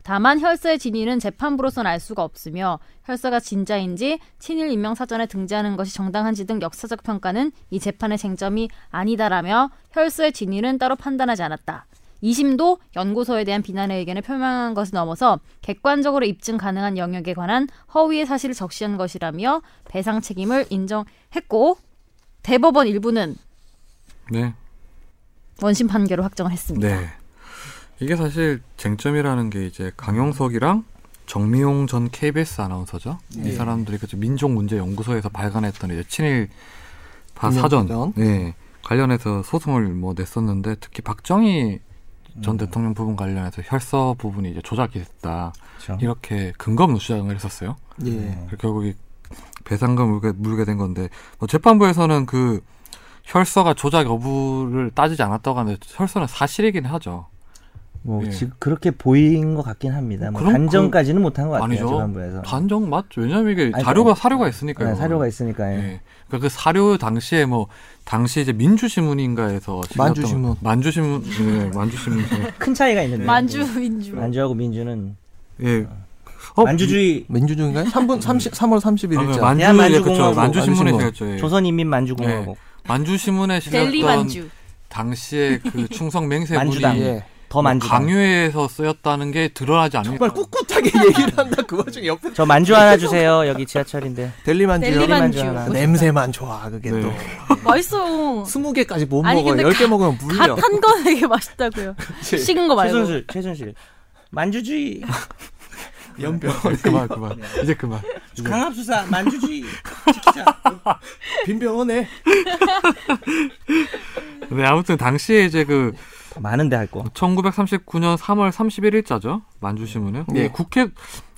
Speaker 3: 다만 혈서의 진위는 재판부로선 알 수가 없으며 혈서가 진짜인지 친일 인명 사전에 등재하는 것이 정당한지 등 역사적 평가는 이 재판의 쟁점이 아니다라며 혈서의 진위는 따로 판단하지 않았다. 2심도 연구소에 대한 비난의 의견을 표명한 것을 넘어서 객관적으로 입증 가능한 영역에 관한 허위의 사실을 적시한 것이라며 배상 책임을 인정했고 대법원 일부는
Speaker 1: 네.
Speaker 3: 원심 판결을 확정을 했습니다.
Speaker 1: 네. 이게 사실 쟁점이라는 게 이제 강용석이랑 정미용 전 KBS 아나운서죠. 이 사람들이 그 민족문제연구소에서 발간했던 이제 친일 바 사전
Speaker 2: 인명사전.
Speaker 1: 네. 관련해서 소송을 뭐 냈었는데 특히 박정희 전 대통령 부분 관련해서 혈서 부분이 이제 조작이 됐다
Speaker 4: 그렇죠.
Speaker 1: 이렇게 근거 없는 주장을 했었어요.
Speaker 4: 음.
Speaker 2: 예.
Speaker 1: 그래서 결국 이 배상금 물게, 물게 된 건데 뭐 재판부에서는 그 혈서가 조작 여부를 따지지 않았다고 하는데 혈서는 사실이긴 하죠.
Speaker 4: 뭐
Speaker 1: 예.
Speaker 4: 지금 그렇게 보인 것 같긴 합니다. 뭐
Speaker 1: 그럼
Speaker 4: 단정까지는 못한 것 같아요.
Speaker 1: 아니죠.
Speaker 4: 재판부에서
Speaker 1: 단정 맞죠. 왜냐하면 이게
Speaker 4: 아니,
Speaker 1: 자료가
Speaker 4: 그러니까-
Speaker 1: 사료가 있으니까요.
Speaker 4: 네, 사료가 있으니까요.
Speaker 1: 예. 그러니까 그 사료 당시에 뭐 당시 이제 민주신문인가에서 실렸던-
Speaker 2: 만주신문.
Speaker 1: 만주신문 네,
Speaker 4: <laughs>
Speaker 1: 만주신문
Speaker 4: 큰 차이가 있는데.
Speaker 3: 만주 민주
Speaker 4: 네. 만주하고 민주는
Speaker 1: 예 어,
Speaker 4: 만주주의 네.
Speaker 2: 민주주의인가요? 3분
Speaker 4: 음.
Speaker 2: 30 3월 31일자.
Speaker 1: 아, 그 만주 예,
Speaker 4: 대한만주공화국.
Speaker 1: 그렇죠. 만주신문에
Speaker 2: 만주신문.
Speaker 1: 실렸죠. 예.
Speaker 4: 조선인민만주공화국
Speaker 1: 만주신문에
Speaker 3: 델리
Speaker 1: 실렸던
Speaker 3: 만주
Speaker 1: 당시에
Speaker 4: <laughs>
Speaker 1: 그 충성 맹세문이 뭐
Speaker 4: 만주당.
Speaker 2: 예.
Speaker 4: 더 만주.
Speaker 1: 강요해서 쓰였다는 게 드러나지 않는 그
Speaker 2: 정말 꿋꿋하게 얘기를 한다. 그 와중에 옆에
Speaker 4: 저 만주 하나 주세요. 여기 지하철인데.
Speaker 2: 델리만주요.
Speaker 3: 델리 만주
Speaker 4: 만주 하나.
Speaker 3: 멋있다.
Speaker 2: 냄새만 좋아 그게
Speaker 1: 네.
Speaker 2: 또
Speaker 3: 맛있어요.
Speaker 2: 20개까지 못
Speaker 3: 아니,
Speaker 2: 먹어
Speaker 3: 근데
Speaker 2: 요 10개
Speaker 3: 가-
Speaker 2: 먹으면 물려
Speaker 3: 갓한 건
Speaker 4: <laughs>
Speaker 3: 되게 맛있다고요. 식은 거 <laughs> 말고.
Speaker 4: 네. 최순실, 최순실. 만주주의,
Speaker 2: 연병
Speaker 1: 그만 그만
Speaker 4: 네.
Speaker 1: 이제 그만
Speaker 4: 강압수사,
Speaker 1: <laughs>
Speaker 4: 만주주의.
Speaker 2: 빈병원에
Speaker 1: 네 아무튼 당시에 이제 그
Speaker 4: 많은데 할 거.
Speaker 1: 1939년 3월 31일자죠 만주신문은
Speaker 2: 예.
Speaker 1: 예. 국회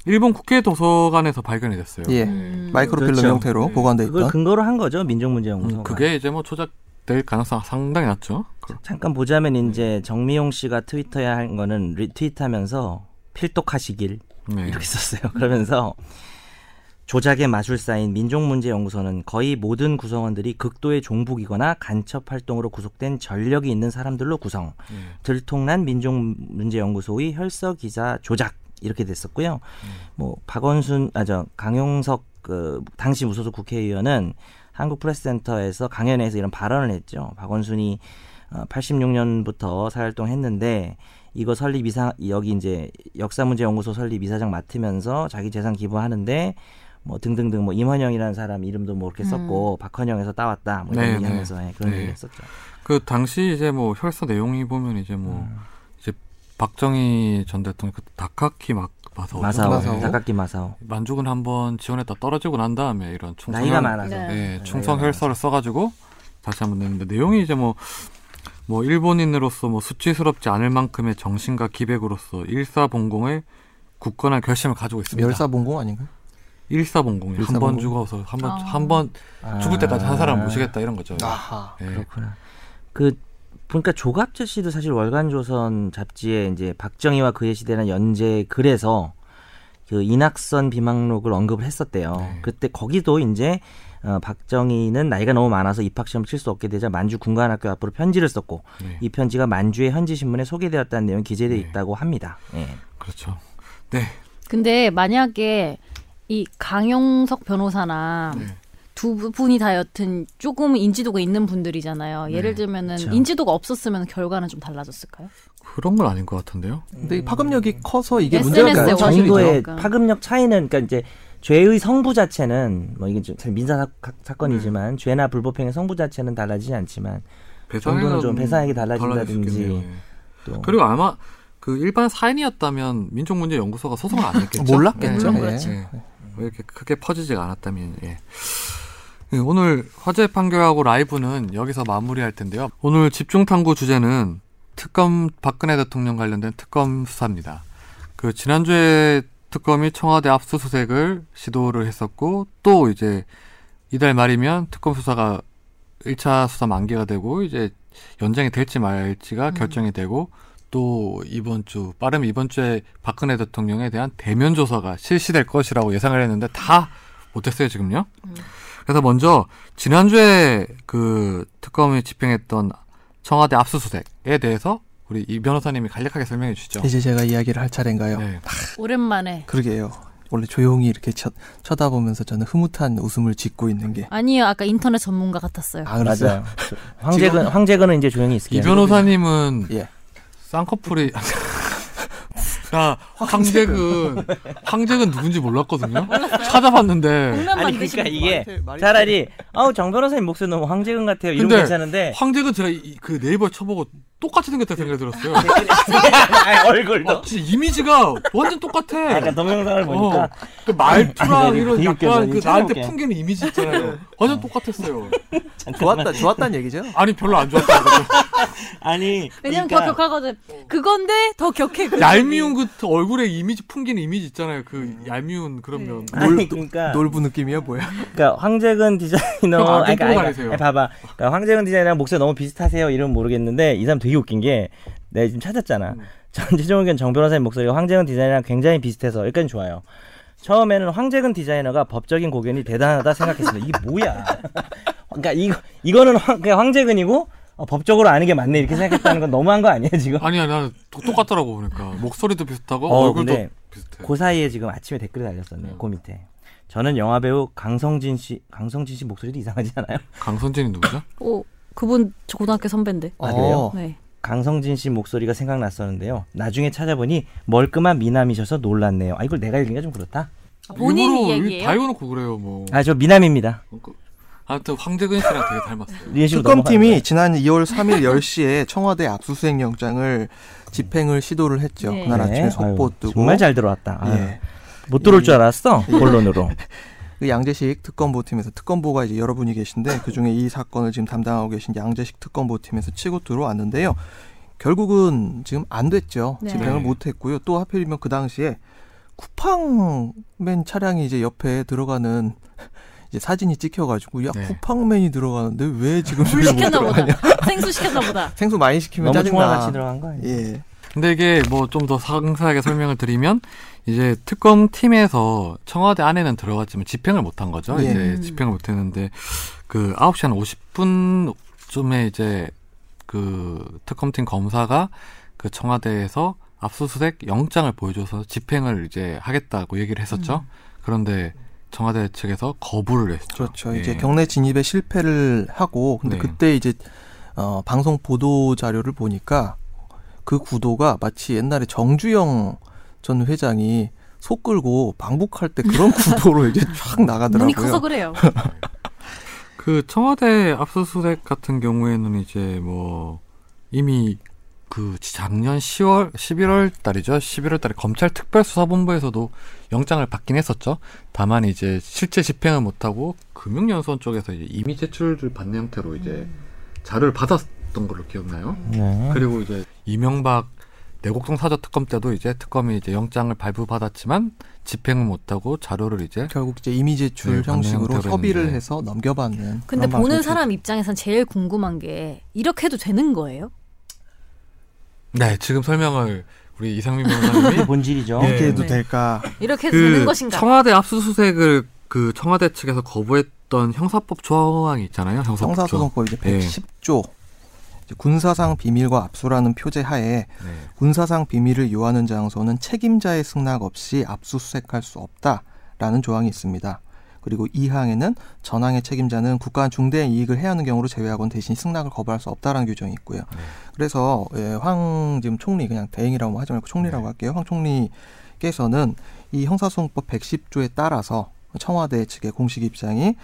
Speaker 1: 일본 국회 도서관에서 발견이 됐어요.
Speaker 2: 예
Speaker 3: 음.
Speaker 2: 마이크로필름
Speaker 4: 그렇죠.
Speaker 2: 형태로 보관돼
Speaker 4: 그걸
Speaker 2: 있던
Speaker 4: 근거로 한 거죠. 민족문제연구소.
Speaker 1: 음, 그게 이제 뭐 조작될 가능성 상당히 낮죠. 그-
Speaker 4: 잠깐 보자면 이제 정미용 씨가 트위터에 한 거는 리트윗하면서 필독하시길
Speaker 1: 네.
Speaker 4: 이렇게 썼어요. <laughs> 그러면서 조작의 마술사인 민족문제연구소는 거의 모든 구성원들이 극도의 종북이거나 간첩 활동으로 구속된 전력이 있는 사람들로 구성. 들통난 민족문제연구소의 혈서 기사 조작 이렇게 됐었고요. 뭐 박원순 아 저 강용석 그 당시 무소속 국회의원은 한국 프레스센터에서 어, 강연회에서 이런 발언을 했죠. 박원순이 86년부터 사활동했는데 이거 설립 이사 여기 이제 역사문제연구소 설립 이사장 맡으면서 자기 재산 기부하는데 뭐 등등등 뭐 임헌영이라는 사람 이름도 뭐 이렇게
Speaker 3: 음.
Speaker 4: 썼고 박헌영에서 따왔다 뭐 이런
Speaker 1: 네,
Speaker 4: 얘기하면서 예, 그런
Speaker 1: 네.
Speaker 4: 얘기 했었죠.
Speaker 1: 그 당시 이제 뭐 혈서 내용이 보면 이제 뭐
Speaker 4: 음.
Speaker 1: 이제 박정희 전 대통령 그 다카키 막 어, 마사오
Speaker 4: 마사오,
Speaker 2: 마사오.
Speaker 4: 사각기 마사오.
Speaker 1: 만죽은 한번 지원했다 떨어지고 난 다음에 이런 충성
Speaker 4: 나이가 많아서.
Speaker 3: 네.
Speaker 1: 예,
Speaker 4: 나이가
Speaker 1: 충성
Speaker 4: 많아서.
Speaker 1: 혈서를 써가지고 다시 한번 냈는데 내용이 이제 뭐. 뭐 일본인으로서 뭐 수치스럽지 않을 만큼의 정신과 기백으로서 일사봉공의 굳건한 결심을 가지고 있습니다.
Speaker 2: 멸사봉공 아닌가요?
Speaker 1: 일사봉공이 한 번
Speaker 2: 일사봉공.
Speaker 1: 죽어서 한 번
Speaker 3: 아.
Speaker 1: 한 번 죽을 때까지 한 사람
Speaker 4: 아.
Speaker 1: 모시겠다 이런 거죠.
Speaker 2: 아하.
Speaker 1: 예.
Speaker 4: 그렇구나. 그 보니까 조갑재 씨도 사실 월간조선 잡지에 이제 박정희와 그의 시대는 연재 글에서 그 이낙선 비망록을 언급을 했었대요.
Speaker 1: 네.
Speaker 4: 그때 거기도 이제 어, 박정희는 나이가 너무 많아서 입학 시험 칠 수 없게 되자 만주 군관학교 앞으로 편지를 썼고
Speaker 1: 네.
Speaker 4: 이 편지가 만주의 현지 신문에 소개되었다는 내용 이 기재되어
Speaker 1: 네.
Speaker 4: 있다고 합니다. 예.
Speaker 1: 그렇죠. 네.
Speaker 3: 근데 만약에 이 강영석 변호사나
Speaker 1: 네.
Speaker 3: 두 분이 다 여튼 조금 인지도가 있는 분들이잖아요. 예를 들면은
Speaker 4: 네. 그쵸.
Speaker 3: 인지도가 없었으면 결과는 좀 달라졌을까요?
Speaker 1: 그런 건 아닌 것 같은데요.
Speaker 2: 근데 이 파급력이 커서 이게
Speaker 3: 음. SNS
Speaker 2: 문제가
Speaker 3: 에
Speaker 2: 되는
Speaker 4: 그러니까
Speaker 3: 원인이죠.
Speaker 4: 정도의
Speaker 3: 그러니까.
Speaker 4: 파급력 차이는 그러니까 이제 죄의 성부 자체는 뭐 이게 좀 사실 민사 사- 사건이지만 죄나 불법행위 성부 자체는 달라지지 않지만 정도는 좀 배상액이 달라진다든지.
Speaker 1: 달라질 수 있겠네요. 예.
Speaker 4: 또
Speaker 2: 그렇죠.
Speaker 1: 그리고 아마 그 일반 사인이었다면 민족문제연구소가 소송을 안 했겠죠.
Speaker 2: <laughs> 몰랐겠죠.
Speaker 1: 예.
Speaker 3: 물론 그렇죠.
Speaker 1: 예. 왜 이렇게 크게 퍼지지가 않았다면 예. 예, 오늘 화재 판결하고 라이브는 여기서 마무리할 텐데요. 오늘 집중 탐구 주제는 특검 박근혜 대통령 관련된 특검 수사입니다. 그 지난주에 특검이 청와대 압수수색을 시도를 했었고 또 이제 이달 말이면 특검 수사가 1차 수사 만기가 되고 이제 연장이 될지 말지가 결정이 되고 또 이번 주 빠르면 이번 주에 박근혜 대통령에 대한 대면 조사가 실시될 것이라고 예상을 했는데 다 못했어요 지금요. 그래서 먼저 지난주에 그 특검이 집행했던 청와대 압수수색에 대해서 우리 이 변호사님이 간략하게 설명해 주시죠.
Speaker 2: 이제 제가 이야기를 할 차례인가요?
Speaker 1: 그렇죠. 네.
Speaker 3: 오랜만에
Speaker 2: 그러게요. 원래 조용히 이렇게 쳐, 다보면서 저는 흐뭇한 웃음을 짓고 있는 게
Speaker 3: 아니요 아까 인터넷 전문가 같았어요.
Speaker 2: 아, 그랬어요.
Speaker 4: <laughs> 황재근 황재근은 이제 조용히
Speaker 1: 이
Speaker 4: 있을게요.
Speaker 1: 변호사님은
Speaker 2: 예.
Speaker 1: 쌍꺼풀이 <laughs> 야 황재근 황재근 누군지 몰랐거든요. 어? 찾아봤는데
Speaker 3: 공란
Speaker 4: 아니 그러니까
Speaker 3: 만드시는 분.
Speaker 4: 이게
Speaker 2: 말이
Speaker 4: 차라리 아우 정 변호사님 목소리 너무 황재근 같아요. 이런
Speaker 1: 근데 <laughs>
Speaker 4: 괜찮은데 <laughs>
Speaker 1: 황재근 제가 이- 그 네이버 쳐보고 똑같이 생겼다 생각이 들었어요.
Speaker 4: 아, 네. 아니, 얼굴도
Speaker 1: 아, 진짜 이미지가 완전 똑같아.
Speaker 4: 아까 동영상을 보니까
Speaker 1: 어, 그 말투랑
Speaker 4: 아니,
Speaker 1: 이런
Speaker 4: 되게
Speaker 1: 약간
Speaker 4: 웃겨서 네.
Speaker 1: 그
Speaker 4: 이거
Speaker 1: 나한테
Speaker 4: 참아볼게.
Speaker 1: 풍기는 이미지 있잖아요. 완전 똑같았어요.
Speaker 2: 좋았다, 좋았다는 얘기죠?
Speaker 1: 아니 별로 안 좋았어요.
Speaker 4: 아니
Speaker 3: 왜냐면 더
Speaker 4: 그러니까
Speaker 3: 격하거든. 그건데 더 격해. 그
Speaker 1: 얄미운 그 얼굴에 이미지 풍기는 이미지 있잖아요. 그
Speaker 4: 음.
Speaker 1: 얄미운 그런
Speaker 3: 네.
Speaker 1: 면.
Speaker 4: 아니 그러니까
Speaker 2: 놀부 느낌이야, 뭐야?
Speaker 4: 그러니까 황재근 디자이너
Speaker 1: 형, 안경
Speaker 4: 아니,
Speaker 1: 끼고
Speaker 4: 그러니까, 아니,
Speaker 1: 다니세요.
Speaker 4: 아니, 봐봐 그러니까 황재근 디자이너랑 목소리 너무 비슷하세요 이름 모르겠는데 이 사람 되게 웃긴 게 내가 지금 찾았잖아
Speaker 1: 음.
Speaker 4: 전 최종 의견 정 변호사님 목소리가 황재근 디자이너랑 굉장히 비슷해서 여기까지 좋아요 처음에는 황재근 디자이너가 법적인 고견이 대단하다 생각했습니다 이게 뭐야 그러니까 이거 이거는 황, 그냥 황재근이고 어, 법적으로 아는 게 맞네 이렇게 생각했다는 건 너무한 거 아니에요 지금
Speaker 1: 아니야 나는 또- 똑같더라고 보니까 목소리도 비슷하고
Speaker 4: 어,
Speaker 1: 얼굴도
Speaker 4: 근데
Speaker 1: 비슷해.
Speaker 4: 그 사이에 지금 아침에 댓글이 달렸었네요 그 밑에 저는 영화 배우 강성진 씨 강성진 씨 목소리도 이상하지 않아요?
Speaker 1: 강선진이 누구죠?
Speaker 3: 오 그분 저 고등학교 선배인데.
Speaker 4: 아, 그래요?
Speaker 2: 어,
Speaker 3: 네.
Speaker 4: 강성진 씨 목소리가 생각났었는데요. 나중에 찾아보니 멀끔한 미남이셔서 놀랐네요. 아 이걸 내가 읽기가 좀 그렇다.
Speaker 3: 아, 본인
Speaker 1: 일부러 다
Speaker 3: 이야기예요?
Speaker 1: 이어놓고 그래요 뭐.
Speaker 4: 아 저 미남입니다.
Speaker 1: 그- 아무튼 황재근 씨랑 되게 닮았어요.
Speaker 4: 리은 씨로 넘어가는
Speaker 2: 특검팀이 지난 2월 3일 <laughs> 10시에 청와대 압수수색 영장을 집행을 시도를 했죠.
Speaker 3: 네.
Speaker 2: 그날
Speaker 4: 거예요.
Speaker 2: 아침에 속보
Speaker 4: 아유,
Speaker 2: 뜨고.
Speaker 4: 정말 잘 들어왔다. 아유,
Speaker 2: 예.
Speaker 4: 못 들어올 줄 알았어.
Speaker 2: <laughs>
Speaker 4: 본론으로.
Speaker 2: 그 양재식 특검보팀에서 특검보가 이제 여러분이 계신데 그 중에 이 사건을 지금 담당하고 계신 양재식 특검보팀에서 치고 들어왔는데요. 결국은 지금 안 됐죠.
Speaker 3: 네.
Speaker 2: 집행을
Speaker 1: 네.
Speaker 2: 못 했고요. 또 하필이면 그 당시에 쿠팡맨 차량이 이제 옆에 들어가는 이제 사진이 찍혀가지고 야
Speaker 1: 네.
Speaker 2: 쿠팡맨이 들어가는데 왜 지금
Speaker 3: 물
Speaker 2: 여기로
Speaker 3: 시켰나
Speaker 2: 들어가냐.
Speaker 3: 보다. <laughs> 생수 시켰나 보다.
Speaker 2: 생수 많이 시키면
Speaker 4: 너무 총알 같이
Speaker 2: 짜증나.
Speaker 4: 들어간 거 아니에요?
Speaker 2: 예.
Speaker 1: 근데 이게 뭐 좀 더 상세하게 설명을 드리면 이제 특검 팀에서 청와대 안에는 들어갔지만 집행을 못 한 거죠.
Speaker 2: 예.
Speaker 1: 이제
Speaker 3: 음.
Speaker 1: 집행을 못 했는데 그 9시 한 50분쯤에 이제 그 특검팀 검사가 그 청와대에서 압수수색 영장을 보여줘서 집행을 이제 하겠다고 얘기를 했었죠. 그런데 청와대 측에서 거부를 했죠.
Speaker 2: 그렇죠.
Speaker 1: 예.
Speaker 2: 이제 경내 진입에 실패를 하고 근데
Speaker 1: 네.
Speaker 2: 그때 이제 어, 방송 보도 자료를 보니까 그 구도가 마치 옛날에 정주영 전 회장이 소 끌고 방북할 때 그런 구도로 이제 쫙
Speaker 3: 눈이 커서
Speaker 2: 나가더라고요.
Speaker 3: 그래요.
Speaker 1: 그 청와대 압수수색 같은 경우에는 이제 뭐 이미 그 작년 10월 11월 달이죠. 11월 달에 검찰 특별수사본부에서도 영장을 받긴 했었죠. 다만 이제 실제 집행을 못 하고 금융연수원 쪽에서 이제 이미 제출을 받는 형태로 이제 자료를 받았던 걸로 기억나요?
Speaker 2: 예.
Speaker 4: 네.
Speaker 1: 그리고 이제 이명박 내곡동 사저 특검 때도 이제 특검이 이제 영장을 발부받았지만 집행을 못하고 자료를 이제
Speaker 2: 결국 이제 이미
Speaker 1: 네,
Speaker 2: 제출 형식으로
Speaker 1: 방향대로
Speaker 2: 협의를
Speaker 1: 했는데.
Speaker 2: 해서 넘겨받는.
Speaker 3: 근데
Speaker 2: 그런
Speaker 3: 보는
Speaker 2: 방식이
Speaker 3: 사람 입장에선 제일 궁금한 게 이렇게 해도 되는 거예요?
Speaker 1: 네 지금 설명을 우리 이상민 변호사님이
Speaker 4: 본질이죠.
Speaker 1: 예.
Speaker 2: 이렇게 해도
Speaker 3: 네.
Speaker 2: 될까?
Speaker 3: 이렇게 해도 되는
Speaker 1: 그
Speaker 3: 것인가?
Speaker 1: 청와대 압수수색을 그 청와대 측에서 거부했던 형사법 조항이 있잖아요. 형사법 조항.
Speaker 2: 형사소송법 이제
Speaker 1: 예.
Speaker 2: 110조 이제 군사상 비밀과 압수라는 표제하에
Speaker 1: 네.
Speaker 2: 군사상 비밀을 요하는 장소는 책임자의 승낙 없이 압수수색할 수 없다라는 조항이 있습니다. 그리고 이항에는 전항의 책임자는 국가 중대한 이익을 해하는 경우로 제외하고는 대신 승낙을 거부할 수 없다라는 규정이 있고요.
Speaker 1: 네.
Speaker 2: 그래서 예, 황 지금 총리 그냥 대행이라고 하지 말고
Speaker 1: 네.
Speaker 2: 총리라고 할게요. 황 총리께서는 이 형사소송법 110조에 따라서 청와대 측의 공식 입장이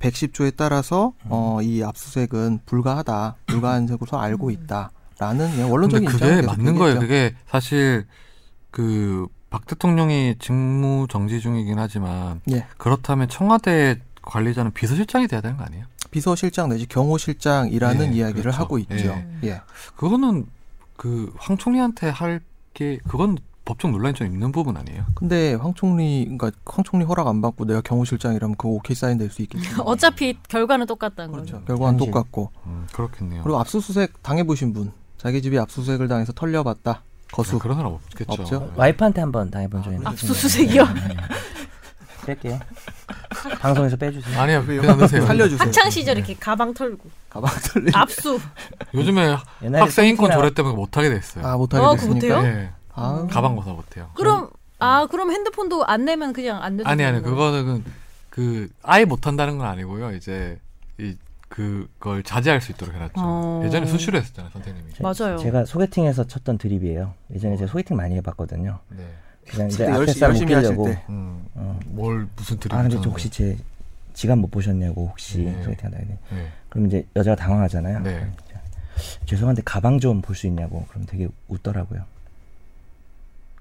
Speaker 2: 110조에 따라서
Speaker 1: 음.
Speaker 2: 어, 이 압수수색은 불가하다, 불가한 적으로 알고 있다. 라는 그냥 원론적인
Speaker 1: 근데 그게
Speaker 2: 입장을 계속
Speaker 1: 맞는 거예요.
Speaker 2: 얘기했죠.
Speaker 1: 그게 사실 그 박 대통령이 직무 정지 중이긴 하지만
Speaker 2: 예.
Speaker 1: 그렇다면 청와대 관리자는 비서실장이 돼야 되는 거 아니에요?
Speaker 2: 비서실장 내지 경호실장이라는
Speaker 1: 예,
Speaker 2: 이야기를
Speaker 1: 그렇죠.
Speaker 2: 하고 있죠.
Speaker 1: 예.
Speaker 2: 예.
Speaker 1: 그거는 그 황 총리한테 할 게 그건 법적 논란이 좀 있는 부분 아니에요?
Speaker 2: 근데 황 총리, 그러니까 황 총리 허락 안 받고 내가 경호실장이라면 그거 오케이 사인 될 수
Speaker 4: <laughs>
Speaker 2: 있겠죠. 그렇죠.
Speaker 3: 어차피 결과는 똑같다는 거죠.
Speaker 2: 결과는
Speaker 4: 현실.
Speaker 2: 똑같고.
Speaker 1: 음, 그렇겠네요.
Speaker 2: 그리고 압수수색 당해보신 분, 자기 집이 압수수색을 당해서 털려봤다. 거수.
Speaker 1: 네, 그런 사람 없겠죠.
Speaker 2: 없죠?
Speaker 4: 와이프한테 한번 당해본
Speaker 2: 아,
Speaker 4: 적이 있는데.
Speaker 3: 압수수색이요?
Speaker 4: 뺄게요. 방송에서 빼주세요.
Speaker 1: 네. 아니요, 그냥 넣으세요.
Speaker 2: 살려주세요.
Speaker 3: 학창 시절 이렇게 가방 털고
Speaker 2: 가방 털리.
Speaker 3: 압수.
Speaker 1: 요즘에
Speaker 4: 옛날에
Speaker 1: 학생 인권
Speaker 4: 손이랑-
Speaker 1: 조례 때문에 못하게 됐어요.
Speaker 2: 아 못하게
Speaker 3: 어, 그거
Speaker 2: 됐으니까.
Speaker 3: 못해요?
Speaker 1: 예.
Speaker 2: 아,
Speaker 1: 가방 고사 못해요.
Speaker 3: 그럼 아 그럼 핸드폰도 안 내면 그냥 안 내도
Speaker 1: 아니 아니
Speaker 3: 되는 거예요?
Speaker 1: 그거는 그- 그 아예 못한다는 건 아니고요. 이제 이 그걸 자제할 수 있도록 해놨죠.
Speaker 3: 어.
Speaker 1: 예전에 수시로 했었잖아요, 선생님이.
Speaker 4: 제-
Speaker 3: 맞아요.
Speaker 4: 제가 소개팅에서 쳤던 드립이에요. 예전에 제가 소개팅 많이 해봤거든요.
Speaker 1: 네.
Speaker 4: 그냥 이제
Speaker 2: 그때
Speaker 4: 앞에
Speaker 2: 열심히,
Speaker 4: 사람
Speaker 2: 열심히 하실
Speaker 4: 웃기려고.
Speaker 2: 때.
Speaker 1: 음,
Speaker 4: 어.
Speaker 1: 뭘 무슨 드립?
Speaker 4: 아 근데 저 혹시 제 지갑 못 보셨냐고 혹시
Speaker 1: 네.
Speaker 4: 소개팅 하다 했는데
Speaker 1: 네.
Speaker 4: 그럼 이제 여자가 당황하잖아요.
Speaker 1: 네.
Speaker 4: 그럼 이제 죄송한데 가방 좀 볼 수 있냐고 그럼 되게 웃더라고요.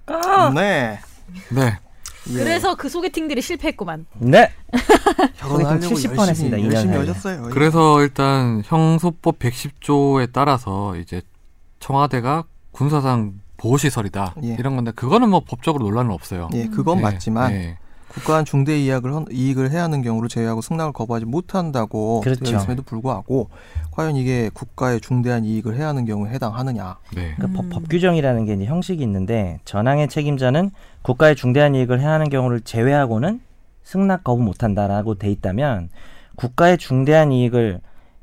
Speaker 4: 아.
Speaker 2: 네.
Speaker 1: 네.
Speaker 2: 예.
Speaker 3: 그래서 그 소개팅들이 실패했구만.
Speaker 4: 네.
Speaker 2: 결혼하려고
Speaker 4: 소개팅 70번
Speaker 2: 열심히,
Speaker 4: 했습니다, 이
Speaker 2: 열심히
Speaker 4: 년간에.
Speaker 2: 하셨어요. 예.
Speaker 1: 그래서 일단 형소법 110조에 따라서 이제 청와대가 군사상 보호시설이다
Speaker 2: 예.
Speaker 1: 이런 건데 그거는 뭐 법적으로 논란은 없어요.
Speaker 2: 예, 그건
Speaker 1: 예,
Speaker 2: 맞지만
Speaker 1: 예.
Speaker 2: 국가한 중대 이익을 헌- 이익을 해하는 경우를 제외하고 승낙을 거부하지 못한다고
Speaker 4: 그렇죠.
Speaker 2: 되어 있음에도 불구하고 과연 이게 국가의 중대한 이익을 해하는 경우에 해당하느냐?
Speaker 1: 네.
Speaker 4: 그러니까 법,
Speaker 3: 음.
Speaker 4: 법 규정이라는 게 이제 형식이 있는데 전항의 책임자는 국가의 중대한 이익을 해하는 경우를 제외하고는 승낙 거부 못한다라고 돼 있다면 국가의 중대한 이익을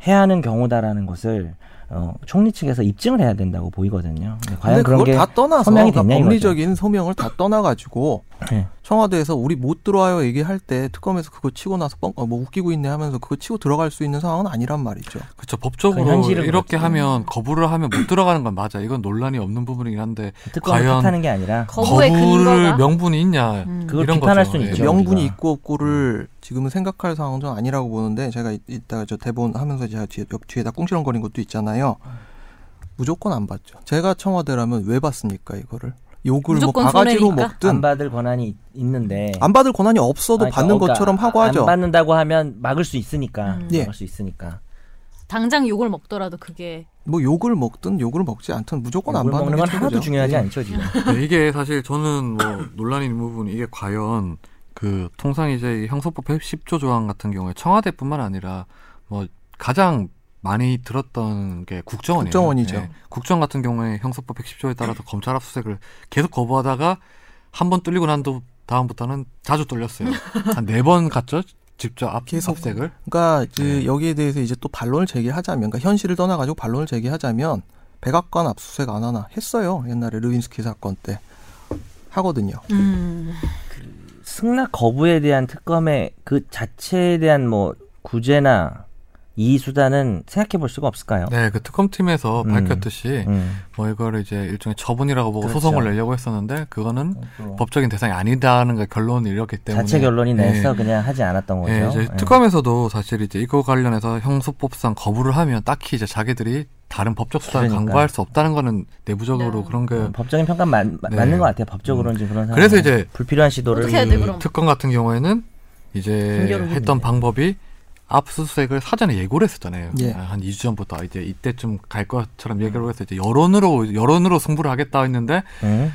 Speaker 4: 해하는 경우다라는 것을 어, 총리 측에서 입증을 해야 된다고 보이거든요. 근데
Speaker 2: 근데
Speaker 4: 과연 그런
Speaker 2: 그걸
Speaker 4: 게
Speaker 2: 다 떠나서
Speaker 4: 서명이
Speaker 2: 그러니까
Speaker 4: 됐냐 이거죠.
Speaker 2: 법리적인 소명을 다 떠나가지고
Speaker 4: 예.
Speaker 2: 청와대에서 우리 못 들어와요 얘기할 때 특검에서 그거 치고 나서 뻥, 어, 뭐 웃기고 있네 하면서 그거 치고 들어갈 수 있는 상황은 아니란 말이죠.
Speaker 1: 그렇죠.
Speaker 4: 그
Speaker 1: 법적으로
Speaker 4: 현실은
Speaker 1: 이렇게
Speaker 4: 그렇죠.
Speaker 1: 하면 거부를 하면 못 들어가는 건 맞아. 이건 논란이 없는 부분이긴 한데
Speaker 4: 특검을
Speaker 1: 과연
Speaker 4: 탓하는 게 아니라
Speaker 3: 거부의 근거가
Speaker 1: 거부를 명분이 있냐.
Speaker 3: 음.
Speaker 4: 그걸
Speaker 1: 이런
Speaker 4: 비판할
Speaker 1: 거죠.
Speaker 4: 수는
Speaker 1: 예.
Speaker 4: 있죠.
Speaker 2: 명분이
Speaker 4: 우리가.
Speaker 2: 있고 없고를 지금은 생각할 상황은 아니라고 보는데 제가 이- 이따가 저 대본 하면서 제가 뒤에, 옆 뒤에다 꿍시렁거린 것도 있잖아요. 무조건 안 받죠. 제가 청와대라면 왜 받습니까 이거를? 욕을 뭐
Speaker 3: 무조건
Speaker 2: 바가지로
Speaker 3: 손해니까.
Speaker 2: 먹든
Speaker 4: 안
Speaker 2: 안,
Speaker 4: 받을 권한이 있- 있는데
Speaker 2: 받을 권한이 없어도
Speaker 4: 아니,
Speaker 2: 받는
Speaker 4: 그러니까
Speaker 2: 것처럼 하고
Speaker 4: 안
Speaker 2: 하죠.
Speaker 4: 받는다고 하면 막을 수 있으니까
Speaker 3: 음.
Speaker 2: 예.
Speaker 4: 막을 수 있으니까
Speaker 3: 당장 욕을 먹더라도 그게
Speaker 2: 뭐 욕을 먹든 욕을 먹지 않든 무조건 안
Speaker 4: 음, 물
Speaker 2: 받는
Speaker 4: 먹는
Speaker 2: 게
Speaker 4: 건 하나도
Speaker 2: 최고죠.
Speaker 4: 중요하지
Speaker 2: 예.
Speaker 4: 않죠 지금.
Speaker 1: 네, 이게 사실 저는 뭐 논란이 있는 부분이 이게 과연 그 통상 이제 이 형소법 10조 조항 같은 경우에 청와대뿐만 아니라 뭐 가장 많이 들었던 게 국정원이에요.
Speaker 2: 국정원이죠.
Speaker 1: 예. 국정원 같은 경우에 형소법 110조에 따라서 검찰 압수수색을 계속 거부하다가 한 번 뚫리고 난 도- 다음부터는 자주 뚫렸어요. 한 네 번 갔죠. 직접 압,
Speaker 2: 계속.
Speaker 1: 압수색을.
Speaker 2: 그러니까 그
Speaker 1: 네.
Speaker 2: 여기에 대해서 이제 또 반론을 제기하자면, 그러니까 현실을 떠나가지고 반론을 제기하자면 백악관 압수수색 안 하나 했어요 옛날에 르윈스키 사건 때 하거든요.
Speaker 3: 음.
Speaker 4: 승낙 거부에 대한 특검의 그 자체에 대한 뭐 구제나 이 수단은 생각해 볼 수가 없을까요?
Speaker 1: 네, 그 특검팀에서
Speaker 4: 음.
Speaker 1: 밝혔듯이
Speaker 4: 음.
Speaker 1: 뭐 이거를 이제 일종의 처분이라고 보고
Speaker 4: 그렇죠.
Speaker 1: 소송을 내려고 했었는데 그거는
Speaker 2: 앞으로.
Speaker 1: 법적인 대상이 아니다는 그 결론을 이뤘기 때문에
Speaker 4: 자체 결론이
Speaker 1: 예.
Speaker 4: 내서 그냥 하지 않았던 거죠.
Speaker 1: 예, 이제
Speaker 4: 예.
Speaker 1: 특검에서도 사실 이제 이거 관련해서 형소법상 거부를 하면 딱히 이제 자기들이 다른 법적 수단을
Speaker 4: 그러니까요.
Speaker 1: 강구할 수 없다는 거는 내부적으로
Speaker 3: 네.
Speaker 1: 그런 게
Speaker 4: 음, 법적인 평가 맞,
Speaker 1: 네.
Speaker 4: 맞는 것 같아요. 법적으로는 지금 그런
Speaker 1: 그래서
Speaker 4: 상황에
Speaker 1: 이제
Speaker 4: 불필요한 시도를
Speaker 3: 어떻게 해야 돼, 그럼?
Speaker 1: 특검 같은 경우에는 이제
Speaker 4: 흥겨로운데.
Speaker 1: 했던 방법이 압수수색을 사전에 예고를 했었잖아요.
Speaker 2: 예.
Speaker 1: 한 2주 전부터 아, 이제 이때쯤 갈 것처럼 얘기를 해서 이제 여론으로 여론으로 승부를 하겠다 했는데
Speaker 4: 음.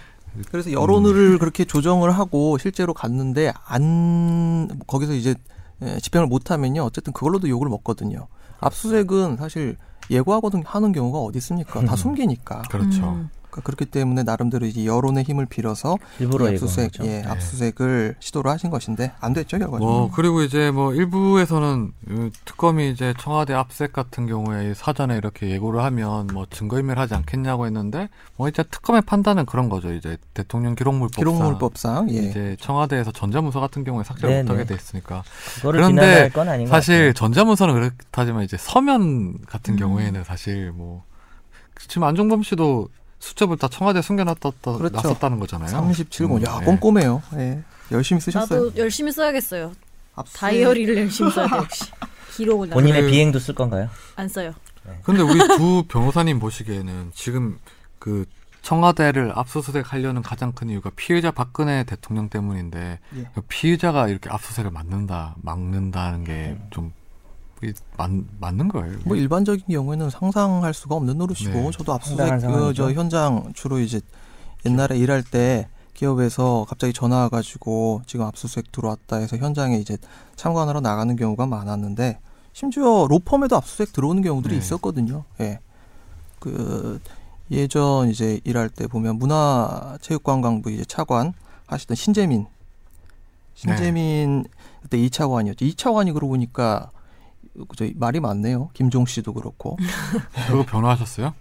Speaker 2: 그래서 여론을 그렇게 조정을 하고 실제로 갔는데 안 거기서 이제 예, 집행을 못하면요 어쨌든 그걸로도 욕을 먹거든요. 압수수색은 사실 예고하고 하는 경우가 어디 있습니까?
Speaker 4: 음.
Speaker 2: 다 숨기니까.
Speaker 1: 그렇죠.
Speaker 3: 음.
Speaker 2: 그러니까 그렇기 때문에 나름대로 이제 여론의 힘을 빌어서
Speaker 4: 일부러
Speaker 2: 이
Speaker 4: 이거
Speaker 2: 압수수색,
Speaker 4: 거죠. 네.
Speaker 2: 예, 압수수색을 시도를 하신 것인데 안 됐죠 결과적으로.
Speaker 1: 뭐 그리고 이제 뭐 일부에서는 이 특검이 이제 청와대 압색 같은 경우에 사전에 이렇게 예고를 하면 뭐 증거인멸하지 않겠냐고 했는데 뭐 이제 특검의 판단은 그런 거죠 이제 대통령 기록물법상
Speaker 2: 기록물법상 예.
Speaker 1: 이제 청와대에서 전자문서 같은 경우에 삭제를
Speaker 4: 네네. 네,
Speaker 1: 못하게 돼 있으니까
Speaker 4: 그거를
Speaker 1: 그런데
Speaker 4: 비난할 건 아닌 것
Speaker 1: 사실
Speaker 4: 같아요.
Speaker 1: 전자문서는 그렇다지만 이제 서면 같은 경우에는 사실 뭐 지금 안종범 씨도 수첩을 다 청와대 에 숨겨놨다
Speaker 2: 그렇죠.
Speaker 1: 놨었다는 거잖아요.
Speaker 2: 37권. 야
Speaker 1: 음, 예.
Speaker 2: 꼼꼼해요. 예. 열심히 쓰셨어요.
Speaker 3: 나도 열심히 써야겠어요.
Speaker 2: 압수수색.
Speaker 3: 다이어리를 열심히 써야 돼 역시. 기록을 나-
Speaker 4: 본인의
Speaker 1: 그-
Speaker 4: 비행도 쓸 건가요?
Speaker 3: 안 써요.
Speaker 1: 근데 우리 두 변호사님 보시기에는 지금 그 청와대를 압수수색 하려는 가장 큰 이유가 피의자 박근혜 대통령 때문인데
Speaker 2: 예.
Speaker 1: 그 피의자가 이렇게 압수수색을 막는다 막는다는 게 좀 맞는 거예요.
Speaker 2: 음. 뭐 일반적인 경우에는 상상할 수가 없는 노릇이고
Speaker 1: 네.
Speaker 2: 저도 압수수색
Speaker 4: 황당한
Speaker 2: 그
Speaker 4: 상황이죠.
Speaker 2: 저 현장 주로 이제 옛날에 일할 때 기업에서 갑자기 전화 와가지고 지금 압수수색 들어왔다 해서 현장에 이제 참관하러 나가는 경우가 많았는데 심지어 로펌에도 압수수색 들어오는 경우들이
Speaker 1: 네.
Speaker 2: 있었거든요. 예. 그 예전 이제 일할 때 보면 문화체육관광부 이제 차관 하시던 신재민 신재민
Speaker 1: 네.
Speaker 2: 그때 이차관이었죠이차관이 그러고 보니까 저 말이 많네요. 김종 씨도 그렇고
Speaker 1: 그거 변호하셨어요?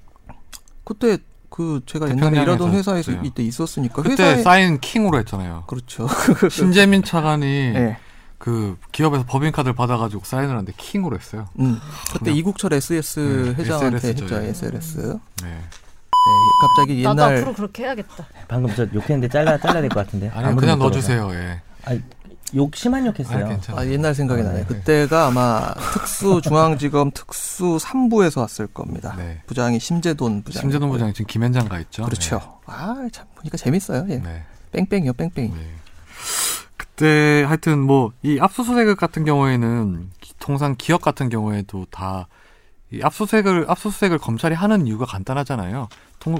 Speaker 2: 그때 그 제가 옛날에
Speaker 1: 태평양에서
Speaker 2: 일하던 회사에서
Speaker 1: 했어요.
Speaker 2: 이때 있었으니까
Speaker 1: 그때
Speaker 2: 회사에
Speaker 1: 사인 킹으로 했잖아요. <laughs>
Speaker 2: 그렇죠.
Speaker 1: 신재민 차관이
Speaker 2: <laughs> 예.
Speaker 1: 그 기업에서 법인카드를 받아가지고 사인을 하는데 킹으로 했어요.
Speaker 2: 음. 그때 이국철 SS
Speaker 1: 네,
Speaker 2: 회장한테
Speaker 1: SLS 죠,
Speaker 2: 했죠.
Speaker 1: 예.
Speaker 2: SLS. 네.
Speaker 1: 네.
Speaker 2: 갑자기
Speaker 3: 나도
Speaker 2: 옛날
Speaker 3: 앞으로 그렇게 해야겠다.
Speaker 4: 방금 저 욕했는데 잘라 잘라야 될 것 같은데.
Speaker 1: 아니
Speaker 4: 아무도
Speaker 1: 그냥
Speaker 4: 못 들어서.
Speaker 1: 넣어주세요. 예.
Speaker 4: 아니, 욕 심한
Speaker 1: 아니
Speaker 4: 욕했어요.
Speaker 1: 괜찮아요.
Speaker 2: 아, 옛날 생각이
Speaker 1: 아, 네.
Speaker 2: 나네요. 그때가 아마 특수중앙지검 특수 3부에서 왔을 겁니다.
Speaker 1: 네.
Speaker 2: 부장이 심재돈 부장.
Speaker 1: 심재동 부장이 지금 김현장 가 있죠.
Speaker 2: 그렇죠. 아, 참 보니까 재밌어요. 예.
Speaker 1: 네. 네.
Speaker 2: 뺑뺑이요, 뺑뺑이.
Speaker 1: 네. 그때 하여튼 뭐 이 압수수색 같은 경우에는 기- 통상 기업 같은 경우에도 다 이 압수수색을 압수수색을 검찰이 하는 이유가 간단하잖아요. 통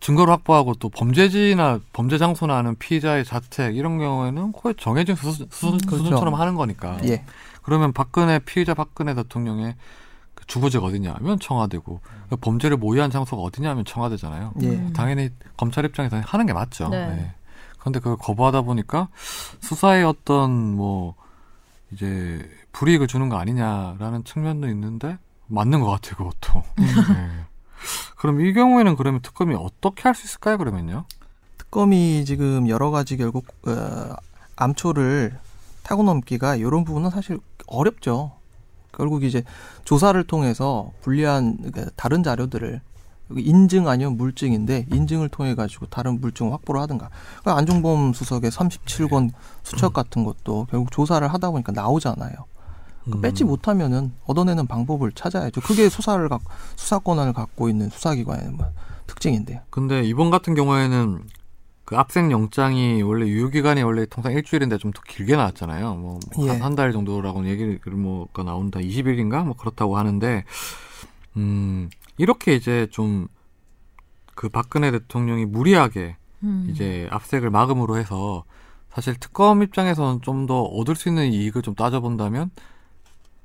Speaker 1: 증거를 확보하고 또 범죄지나 범죄 장소나 하는 피의자의 자택 이런 경우에는 거의 정해진 수수, 수,
Speaker 2: 그렇죠.
Speaker 1: 수준처럼 하는 거니까.
Speaker 2: 예.
Speaker 1: 그러면 박근혜 피의자 박근혜 대통령의 그 주거지가 어디냐면 청와대고
Speaker 2: 음.
Speaker 1: 그 범죄를 모의한 장소가 어디냐면 청와대잖아요.
Speaker 2: 예.
Speaker 3: 음.
Speaker 1: 당연히 검찰 입장에서는 하는 게 맞죠.
Speaker 3: 네.
Speaker 1: 네. 그런데 그걸 거부하다 보니까 수사에 어떤 뭐 이제 불이익을 주는 거 아니냐라는 측면도 있는데 맞는 것 같아요, 그것도. 네. 그럼 이 경우에는 그러면 특검이 어떻게 할 수 있을까요, 그러면요?
Speaker 2: 특검이 지금 여러 가지 결국 어, 암초를 타고 넘기가 이런 부분은 사실 어렵죠. 결국 이제 조사를 통해서 불리한 그러니까 다른 자료들을 인증 아니면 물증인데 인증을 통해 가지고 다른 물증을 확보를 하든가. 그러니까 안종범 수석의 37권 수첩 같은 것도 결국 조사를 하다 보니까 나오잖아요.
Speaker 1: 음.
Speaker 2: 그 뺏지 못하면은 얻어내는 방법을 찾아야죠. 그게 수사를 갖 수사 권한을 갖고 있는 수사기관의 뭐 특징인데요.
Speaker 1: 근데 이번 같은 경우에는 그 압생 영장이 원래 유효기간이 원래 통상 일주일인데 좀 더 길게 나왔잖아요.
Speaker 2: 예.
Speaker 1: 뭐한 달 정도라고는 얘기를 뭐가 나온다. 20일인가 뭐 그렇다고 하는데 음 이렇게 이제 좀 그 박근혜 대통령이 무리하게
Speaker 3: 음.
Speaker 1: 이제 압색을 막음으로 해서 사실 특검 입장에서는 좀 더 얻을 수 있는 이익을 좀 따져본다면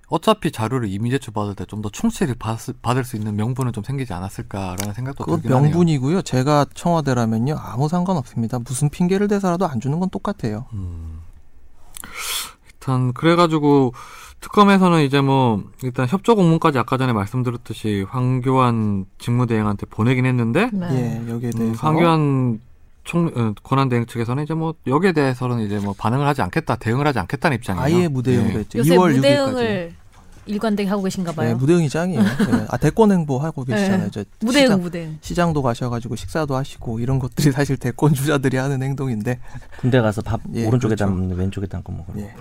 Speaker 1: 어차피 자료를 이미 제출받을 때 좀 더 충실히 받을, 받을 수 있는 명분은 좀 생기지 않았을까라는 생각도
Speaker 2: 그건
Speaker 1: 들긴 하네요.
Speaker 2: 명분이고요. 제가 청와대라면요 아무 상관 없습니다. 무슨 핑계를 대서라도 안 주는 건 똑같아요.
Speaker 1: 음. 일단 그래가지고 특검에서는 이제 뭐 일단 협조 공문까지 아까 전에 말씀드렸듯이 황교안 직무대행한테 보내긴 했는데
Speaker 3: 네.
Speaker 2: 예, 여기에
Speaker 1: 음,
Speaker 2: 대해서
Speaker 1: 황교안 총 어, 권한대행 측에서는 이제 뭐 여기에 대해서는 이제 뭐 반응을 하지 않겠다 대응을 하지 않겠다는 입장이에요.
Speaker 2: 아예 무대응을
Speaker 1: 예.
Speaker 2: 했죠.
Speaker 3: 요새
Speaker 2: 2월 6일까지.
Speaker 3: 무대응을 일관되게 하고 계신가 봐요.
Speaker 2: 네,
Speaker 3: <laughs>
Speaker 2: 무대응이장이에요. 네. 아 대권 행보 하고 계시잖아요.
Speaker 3: 네.
Speaker 2: 저
Speaker 3: 무대응
Speaker 2: 시장,
Speaker 3: 무대응.
Speaker 2: 시장도 가셔가지고 식사도 하시고 이런 것들이 사실 대권 주자들이 하는 행동인데.
Speaker 4: 군대 가서 밥
Speaker 2: 예,
Speaker 4: 오른쪽에
Speaker 2: 그렇죠.
Speaker 4: 담는 왼쪽에 담고 뭐 먹어요.
Speaker 2: 예.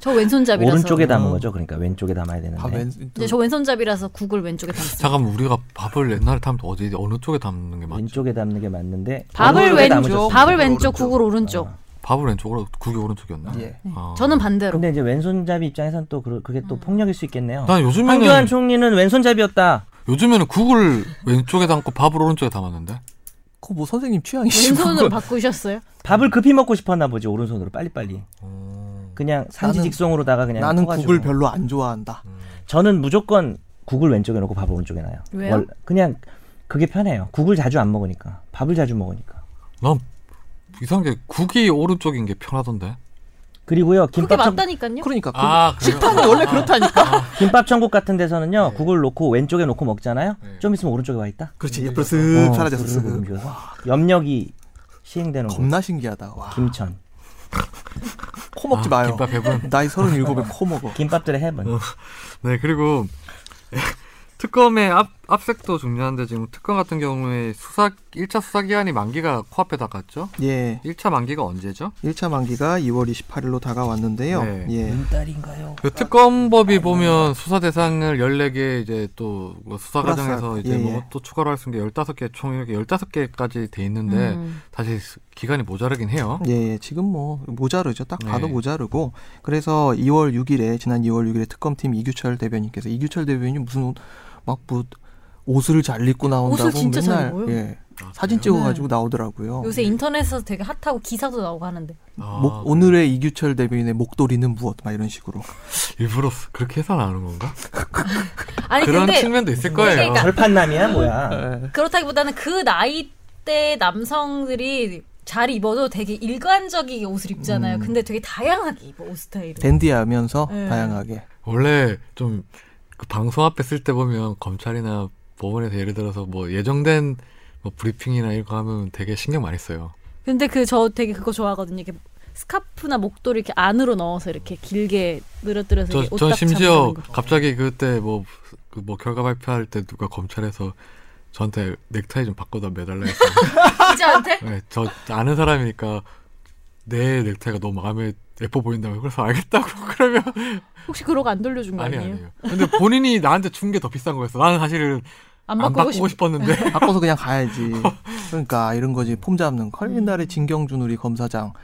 Speaker 3: 저 왼손잡이라서.
Speaker 4: 오른쪽에 담은
Speaker 2: 어.
Speaker 4: 거죠. 그러니까 왼쪽에 담아야 되는데.
Speaker 2: 아, 왠,
Speaker 3: 이제 저 왼손잡이라서 국을 왼쪽에 담습니다.
Speaker 1: 잠깐만 우리가 밥을 옛날에 담을 때 어디 어느 쪽에 담는 게 맞죠?
Speaker 4: 왼쪽에 담는 게 맞는데
Speaker 3: 밥을
Speaker 4: 오른쪽에
Speaker 3: 왼쪽,
Speaker 4: 담으셨어요.
Speaker 3: 밥을
Speaker 5: 국을
Speaker 3: 왼쪽,
Speaker 5: 오른쪽.
Speaker 3: 국을 오른쪽.
Speaker 1: 밥을 왼쪽으로 국이 오른쪽이었나?
Speaker 2: 예.
Speaker 4: 네.
Speaker 1: 아.
Speaker 3: 저는 반대로. 음.
Speaker 4: 근데 이제 왼손잡이 입장에선 또 그, 그게 또 폭력일 수 있겠네요.
Speaker 1: 난 요즘에는
Speaker 4: 황교안 총리는 왼손잡이였다.
Speaker 1: 요즘에는 국을 왼쪽에 담고 밥을 오른쪽에 담았는데
Speaker 2: 그거 뭐 선생님 취향이시고.
Speaker 3: 왼손으로 바꾸셨어요?
Speaker 4: 밥을 급히 먹고 싶었나 보지 오른손으로 빨리빨리.
Speaker 1: 음.
Speaker 4: 그냥 산지직송으로다가 그냥
Speaker 2: 나는
Speaker 4: 퍼가지고.
Speaker 2: 국을 별로 안 좋아한다.
Speaker 3: 음.
Speaker 4: 저는 무조건 국을 왼쪽에 놓고 밥을 오른쪽에 놔요.
Speaker 3: 왜요?
Speaker 4: 그냥 그게 편해요. 국을 자주 안 먹으니까 밥을 자주 먹으니까.
Speaker 1: 난 이상한 게 국이 오른쪽인 게 편하던데.
Speaker 4: 그리고요
Speaker 3: 그게
Speaker 4: 김밥 천
Speaker 3: 맞다니까요.
Speaker 2: 그러니까 그
Speaker 1: 아, 그래요?
Speaker 2: 식판이 원래 그렇다니까.
Speaker 4: 김밥 천국 같은 데서는요
Speaker 2: 네.
Speaker 4: 국을 놓고 왼쪽에 놓고 먹잖아요.
Speaker 1: 네.
Speaker 4: 좀 있으면 오른쪽에 와 있다.
Speaker 2: 그렇지. 옆으로 쓱
Speaker 4: 어,
Speaker 2: 사라져서
Speaker 4: 그리고
Speaker 2: 쓱.
Speaker 4: 음식에서 염력이 시행되는 거.
Speaker 2: 겁나 신기하다. 와.
Speaker 4: 김천
Speaker 2: 코 먹지
Speaker 1: 아,
Speaker 2: 마요.
Speaker 1: 김밥 배분.
Speaker 2: 나이 서른
Speaker 1: <laughs>
Speaker 2: 일곱에 코 먹어.
Speaker 4: 김밥들의 헤븐.
Speaker 1: <laughs> 네 그리고 <laughs> 특검의 앞, 압색도 중요한데 지금 특검 같은 경우에 수사 1차 수사 기한이 만기가 코앞에 닥았죠?
Speaker 2: 예.
Speaker 1: 1차 만기가 언제죠?
Speaker 2: 1차 만기가 2월 28일로 다가왔는데요.
Speaker 1: 네.
Speaker 2: 예.
Speaker 4: 딸인가요?
Speaker 1: 그 특검법이 보면 수사 대상을 14개 이제 또뭐 수사
Speaker 2: 플러스,
Speaker 1: 과정에서 이제
Speaker 2: 예,
Speaker 1: 뭐
Speaker 2: 예.
Speaker 1: 또 추가로 할 수 있는 게 15개 총 이렇게 15개까지 돼 있는데
Speaker 3: 음.
Speaker 1: 다시 기간이 모자르긴 해요.
Speaker 2: 예, 예. 지금 뭐 모자르죠. 딱 봐도
Speaker 1: 네.
Speaker 2: 모자르고. 그래서 2월 6일에 지난 2월 6일에 특검팀 이규철 대변인께서 이규철 대변인이 무슨 막 뭐 옷을 잘 입고 나온다고
Speaker 3: 옷을 진짜 잘
Speaker 2: 맨날
Speaker 3: 입어요? 네.
Speaker 2: 예.
Speaker 1: 아,
Speaker 2: 사진
Speaker 1: 그래요?
Speaker 2: 찍어 가지고 나오더라고요.
Speaker 3: 요새 인터넷에서 되게 핫하고 기사도 나오고 하는데.
Speaker 1: 아,
Speaker 2: 목- 오늘의 이규철 대변인의 목도리는 무엇? 막 이런 식으로.
Speaker 1: 일부러 그렇게 해서 나오는 건가?
Speaker 3: 아니
Speaker 1: 그런
Speaker 3: 근데
Speaker 1: 측면도 있을 거예요.
Speaker 3: 그러니까.
Speaker 4: 절판남이야 뭐야?
Speaker 3: 그렇다기보다는 그 나이 대 남성들이 잘 입어도 되게 일관적이게 옷을
Speaker 4: 음.
Speaker 3: 입잖아요. 근데 되게 다양하게 입어 옷 스타일을.
Speaker 1: 네.
Speaker 2: 댄디하면서
Speaker 3: 예.
Speaker 2: 다양하게.
Speaker 1: 원래 좀 그 방송 앞에 쓸 때 보면 검찰이나 법원에서 예를 들어서 뭐 예정된 뭐 브리핑이나 이거 하면 되게 신경 많이 써요.
Speaker 3: 근데 그 저 되게 그거 좋아하거든요. 이렇게 스카프나 목도를 이렇게 안으로 넣어서 이렇게 길게 늘어뜨려서
Speaker 1: 저,
Speaker 3: 이렇게 옷
Speaker 1: 전
Speaker 3: 딱
Speaker 1: 심지어
Speaker 3: 잡는 거.
Speaker 1: 갑자기 그때 뭐, 그 뭐 결과 발표할 때 누가 검찰에서 저한테 넥타이 좀 바꿔다 매달라 했어요.
Speaker 3: <laughs> 기자한테
Speaker 1: 네, 저 아는 사람이니까 내 넥타이가 너무 마음에 예뻐 보인다고 그래서 알겠다고 <laughs> 그러면
Speaker 3: 혹시 그러고 안 돌려준 거
Speaker 1: 아니
Speaker 3: 아니에요?
Speaker 1: 아니에요. 근데 본인이 나한테 준 게 더 비싼 거였어. 나는 사실은
Speaker 3: 안
Speaker 1: 안,
Speaker 3: 바꾸고 싶.
Speaker 1: 바꾸고 싶었는데
Speaker 2: 바꿔서
Speaker 1: <laughs>
Speaker 2: 그냥 가야지. 그러니까 이런 거지. 폼 잡는 컬
Speaker 3: 음.
Speaker 2: 옛날에 진경준 우리 검사장